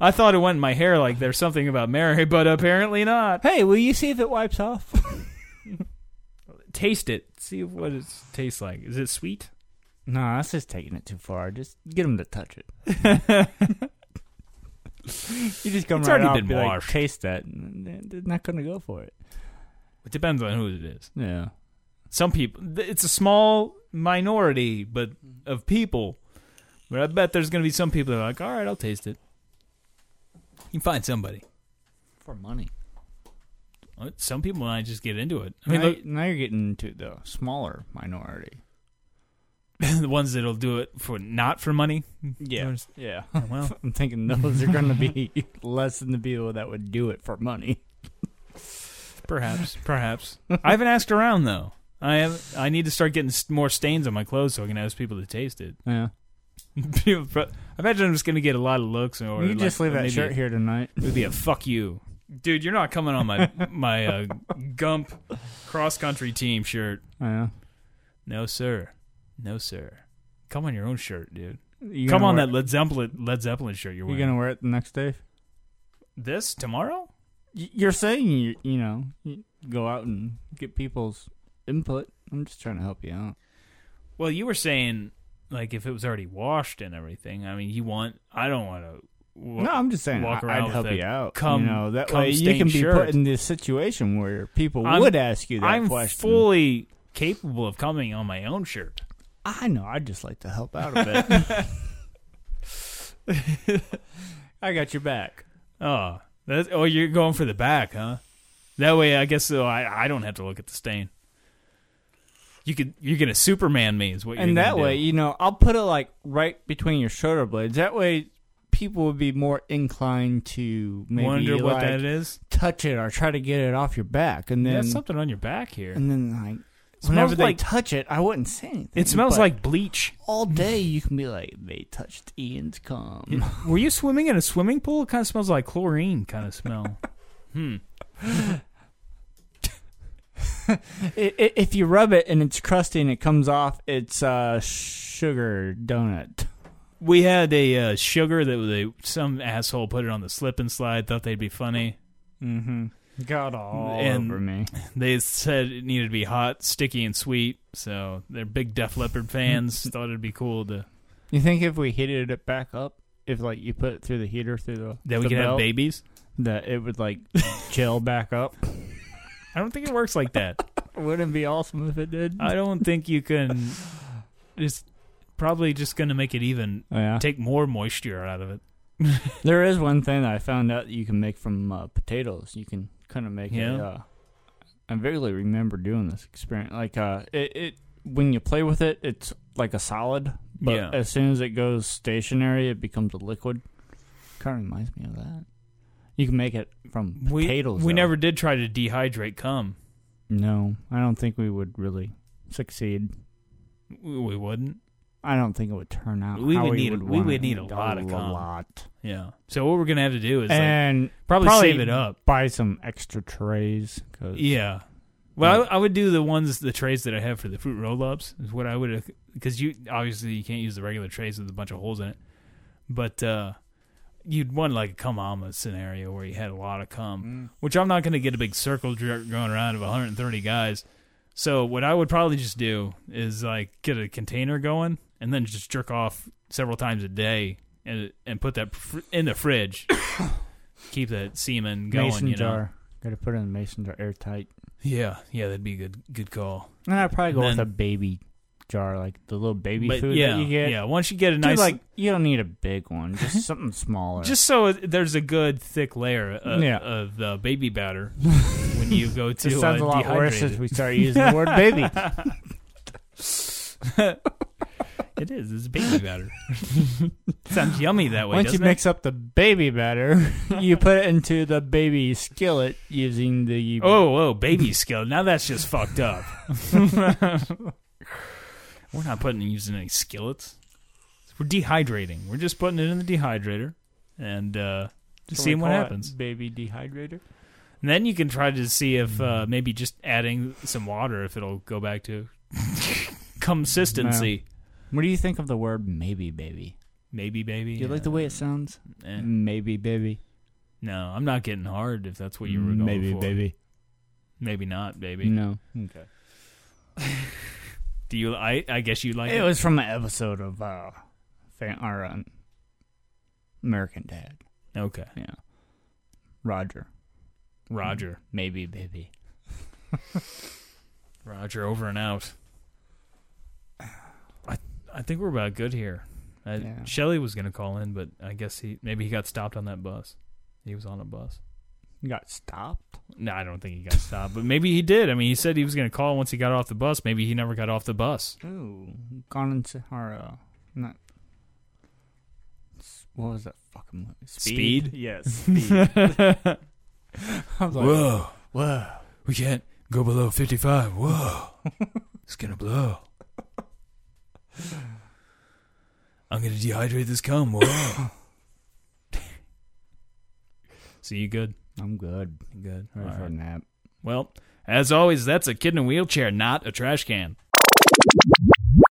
Speaker 4: I thought it went in my hair like there's something about Mary, but apparently not.
Speaker 5: Hey, will you see if it wipes off?
Speaker 4: Taste it. See what it tastes like. Is it sweet?
Speaker 5: No, that's just taking it too far. Just get them to touch it. [laughs] you just come
Speaker 4: It's
Speaker 5: right
Speaker 4: already
Speaker 5: out
Speaker 4: been
Speaker 5: and be like,
Speaker 4: washed.
Speaker 5: taste that. and They're they're not going to go for it.
Speaker 4: It depends on who it is.
Speaker 5: Yeah.
Speaker 4: Some people th- it's a small minority but of people. But I bet there's going to be some people that are like, "All right, I'll taste it." You can find somebody. Uh,
Speaker 5: For money.
Speaker 4: Some people might just get into it. I
Speaker 5: I mean,
Speaker 4: mean,
Speaker 5: now,
Speaker 4: look, [clears throat]
Speaker 5: now you're getting into the smaller minority.
Speaker 4: the ones that'll do it for not for money.
Speaker 5: Yeah. Yeah.
Speaker 4: Well,
Speaker 5: [laughs] I'm thinking those are going to be [laughs] less than the people that would do it for money.
Speaker 4: Perhaps, perhaps. I haven't asked around though. I have. I need to start getting s- more stains on my clothes so I can ask people to taste it. [laughs]
Speaker 5: Yeah.
Speaker 4: People pro- I imagine I'm just gonna get a lot of looks. Or
Speaker 5: you just
Speaker 4: like,
Speaker 5: leave that
Speaker 4: maybe-
Speaker 5: shirt here tonight.
Speaker 4: Maybe a fuck you, dude. You're not coming
Speaker 5: [laughs]
Speaker 4: on my my uh, Gump cross country team shirt.
Speaker 5: Yeah.
Speaker 4: No sir, no sir. Come on your own shirt, dude.
Speaker 5: You
Speaker 4: Come
Speaker 5: gonna
Speaker 4: on
Speaker 5: wear-
Speaker 4: that Led Zeppelin Led Zeppelin shirt you're
Speaker 5: You
Speaker 4: wearing.
Speaker 5: gonna wear it the next day?
Speaker 4: This tomorrow?
Speaker 5: Y- You're saying you you know you go out and get people's input. I'm just trying to help you out.
Speaker 4: Well, you were saying like if it was already washed and everything. I mean, you want? I don't want to.
Speaker 5: no, I'm just saying
Speaker 4: walk
Speaker 5: I-
Speaker 4: around
Speaker 5: I'd
Speaker 4: with
Speaker 5: help
Speaker 4: a
Speaker 5: you out.
Speaker 4: cum-
Speaker 5: you know that
Speaker 4: cum
Speaker 5: way you can
Speaker 4: stained
Speaker 5: be
Speaker 4: shirt.
Speaker 5: put in this situation where people
Speaker 4: I'm-
Speaker 5: would ask you that
Speaker 4: I'm
Speaker 5: question.
Speaker 4: fully capable of coming on my own shirt.
Speaker 5: I know. I'd just like to help out a bit.
Speaker 4: [laughs]
Speaker 5: I got your back.
Speaker 4: Oh, that's, oh, you're going for the back, huh? That way, I guess so. I, I don't have to look at the stain. You could you're gonna Superman me is what you're
Speaker 5: and
Speaker 4: gonna
Speaker 5: that
Speaker 4: do.
Speaker 5: way, you know, I'll put it like right between your shoulder blades. That way, people would be more inclined to maybe
Speaker 4: wonder what
Speaker 5: like,
Speaker 4: that is.
Speaker 5: touch it or try to get it off your back, and then
Speaker 4: That's something on your back here.
Speaker 5: and then like
Speaker 4: Smells
Speaker 5: whenever they
Speaker 4: like-
Speaker 5: touch it, I wouldn't say anything.
Speaker 4: It smells
Speaker 5: but
Speaker 4: like bleach.
Speaker 5: all day you can be like they touched Ian's cum.
Speaker 4: Were you swimming in a swimming pool? It kind of smells like chlorine, kind
Speaker 5: [laughs]
Speaker 4: of smell.
Speaker 5: [laughs] I- i- if you rub it and it's crusty and it comes off, it's uh, sugar donut.
Speaker 4: we had a uh, sugar that they, some asshole put it on the slip and slide. Thought they'd be funny.
Speaker 5: Mm-hmm. Got all
Speaker 4: And-
Speaker 5: over me.
Speaker 4: They said it needed to be hot, sticky, and sweet. So they're big Def Leppard fans. [laughs] thought it'd be cool to
Speaker 5: You think if we heated it back up, if like you put it through the heater through the
Speaker 4: that we
Speaker 5: the
Speaker 4: could have
Speaker 5: belt,
Speaker 4: babies.
Speaker 5: that it would like chill back up?
Speaker 4: I don't think it works like [laughs] that.
Speaker 5: [laughs] Wouldn't it be awesome if it did?
Speaker 4: I don't think you can. It's probably just going to make it even
Speaker 5: Oh, yeah.
Speaker 4: take more moisture out of it.
Speaker 5: There is one thing that I found out that you can make from uh, potatoes. You can kind of make
Speaker 4: Yeah.
Speaker 5: it. Uh, I vaguely remember doing this experiment. Like uh, it, it when you play with it, it's like a solid, but
Speaker 4: Yeah.
Speaker 5: as soon as it goes stationary, it becomes a liquid. Kind of reminds me of that. You can make it from
Speaker 4: We
Speaker 5: potatoes.
Speaker 4: we
Speaker 5: though.
Speaker 4: never did try to dehydrate cum.
Speaker 5: No, I don't think we would really succeed.
Speaker 4: We, we wouldn't.
Speaker 5: I don't think it would turn out.
Speaker 4: We
Speaker 5: how
Speaker 4: would need- we
Speaker 5: want
Speaker 4: would
Speaker 5: it.
Speaker 4: need a lot of
Speaker 5: a
Speaker 4: cum.
Speaker 5: lot.
Speaker 4: Yeah. So what we're going to have to do is like,
Speaker 5: and
Speaker 4: Eh. probably, save it up.
Speaker 5: Buy some extra trays. 'cause-
Speaker 4: Yeah. Well, I, I would do the ones, the trays that I have for the fruit roll-ups is what I would, because you obviously you can't use the regular trays with a bunch of holes in it, but uh, you'd want like a cum omelet scenario where you had a lot of cum, which I'm not going to get a big circle dr- going around of 130 guys. So what I would probably just do is like get a container going and then just jerk off several times a day and and put that fr- in the fridge, [coughs] keep that semen going.
Speaker 5: mason
Speaker 4: you know.
Speaker 5: jar. Got to put it in the mason jar, airtight.
Speaker 4: Yeah, yeah, that'd be a good good call.
Speaker 5: And I'd probably go
Speaker 4: And
Speaker 5: with
Speaker 4: then-
Speaker 5: a baby jar, like the little baby
Speaker 4: But
Speaker 5: food
Speaker 4: yeah,
Speaker 5: that you get.
Speaker 4: yeah, once you get a
Speaker 5: Dude,
Speaker 4: nice
Speaker 5: like you don't need a big one,
Speaker 4: [laughs]
Speaker 5: just something smaller.
Speaker 4: just so it- there's a good thick layer of,
Speaker 5: Yeah.
Speaker 4: of the
Speaker 5: [laughs]
Speaker 4: baby batter when you go to
Speaker 5: it sounds
Speaker 4: uh,
Speaker 5: a lot worse
Speaker 4: dehydrated.
Speaker 5: if we start using
Speaker 4: [laughs]
Speaker 5: the word baby.
Speaker 4: It is, it's baby batter. sounds yummy that way.
Speaker 5: Once you
Speaker 4: doesn't it?
Speaker 5: mix up the baby batter, [laughs] you put it into the baby skillet using the
Speaker 4: Oh, oh, baby skill. Now that's just
Speaker 5: [laughs]
Speaker 4: fucked up. We're not putting using any skillets. We're dehydrating. We're just putting it in the dehydrator and uh,
Speaker 5: Can
Speaker 4: just
Speaker 5: we
Speaker 4: seeing what
Speaker 5: call it
Speaker 4: happens.
Speaker 5: Baby dehydrator.
Speaker 4: And then you can try to see if uh, maybe just adding some water if it'll go back to [laughs] consistency.
Speaker 5: What do you think of the word maybe baby?
Speaker 4: Maybe, baby.
Speaker 5: Do you like the way it sounds?
Speaker 4: Eh.
Speaker 5: Maybe baby.
Speaker 4: No, I'm not getting hard if that's what you were going
Speaker 5: Mm, maybe Mm.
Speaker 4: for.
Speaker 5: baby.
Speaker 4: Maybe not, baby.
Speaker 5: No. Okay.
Speaker 4: Do you? I, I guess you like it.
Speaker 5: It was from an episode of uh, fan, our um, American Dad.
Speaker 4: okay,
Speaker 5: Yeah, Roger.
Speaker 4: Roger.
Speaker 5: Maybe, baby.
Speaker 4: Roger, over
Speaker 5: [sighs]
Speaker 4: and out. I I think we're about good here. I,
Speaker 5: Yeah.
Speaker 4: Shelly was going to call in, but I guess he maybe he got stopped on that bus. He was on a bus.
Speaker 5: You got stopped.
Speaker 4: No, I don't think he got stopped, but maybe he did. I mean, he said he was going to call once he got off the bus. Maybe he never got off the bus.
Speaker 5: Ooh, gone into our uh, not. s- What was that fucking movie?
Speaker 4: Speed?
Speaker 5: Yes. [laughs] Speed. I was like,
Speaker 4: Whoa,
Speaker 5: whoa.
Speaker 4: we can't go below fifty-five. Whoa, it's gonna blow. I'm gonna dehydrate this cum. [laughs] Whoa. so you good?
Speaker 5: I'm good.
Speaker 4: You good.
Speaker 5: Ready
Speaker 4: All
Speaker 5: for a
Speaker 4: right.
Speaker 5: nap.
Speaker 4: Well, as always, that's a kid in a wheelchair, not a trash can.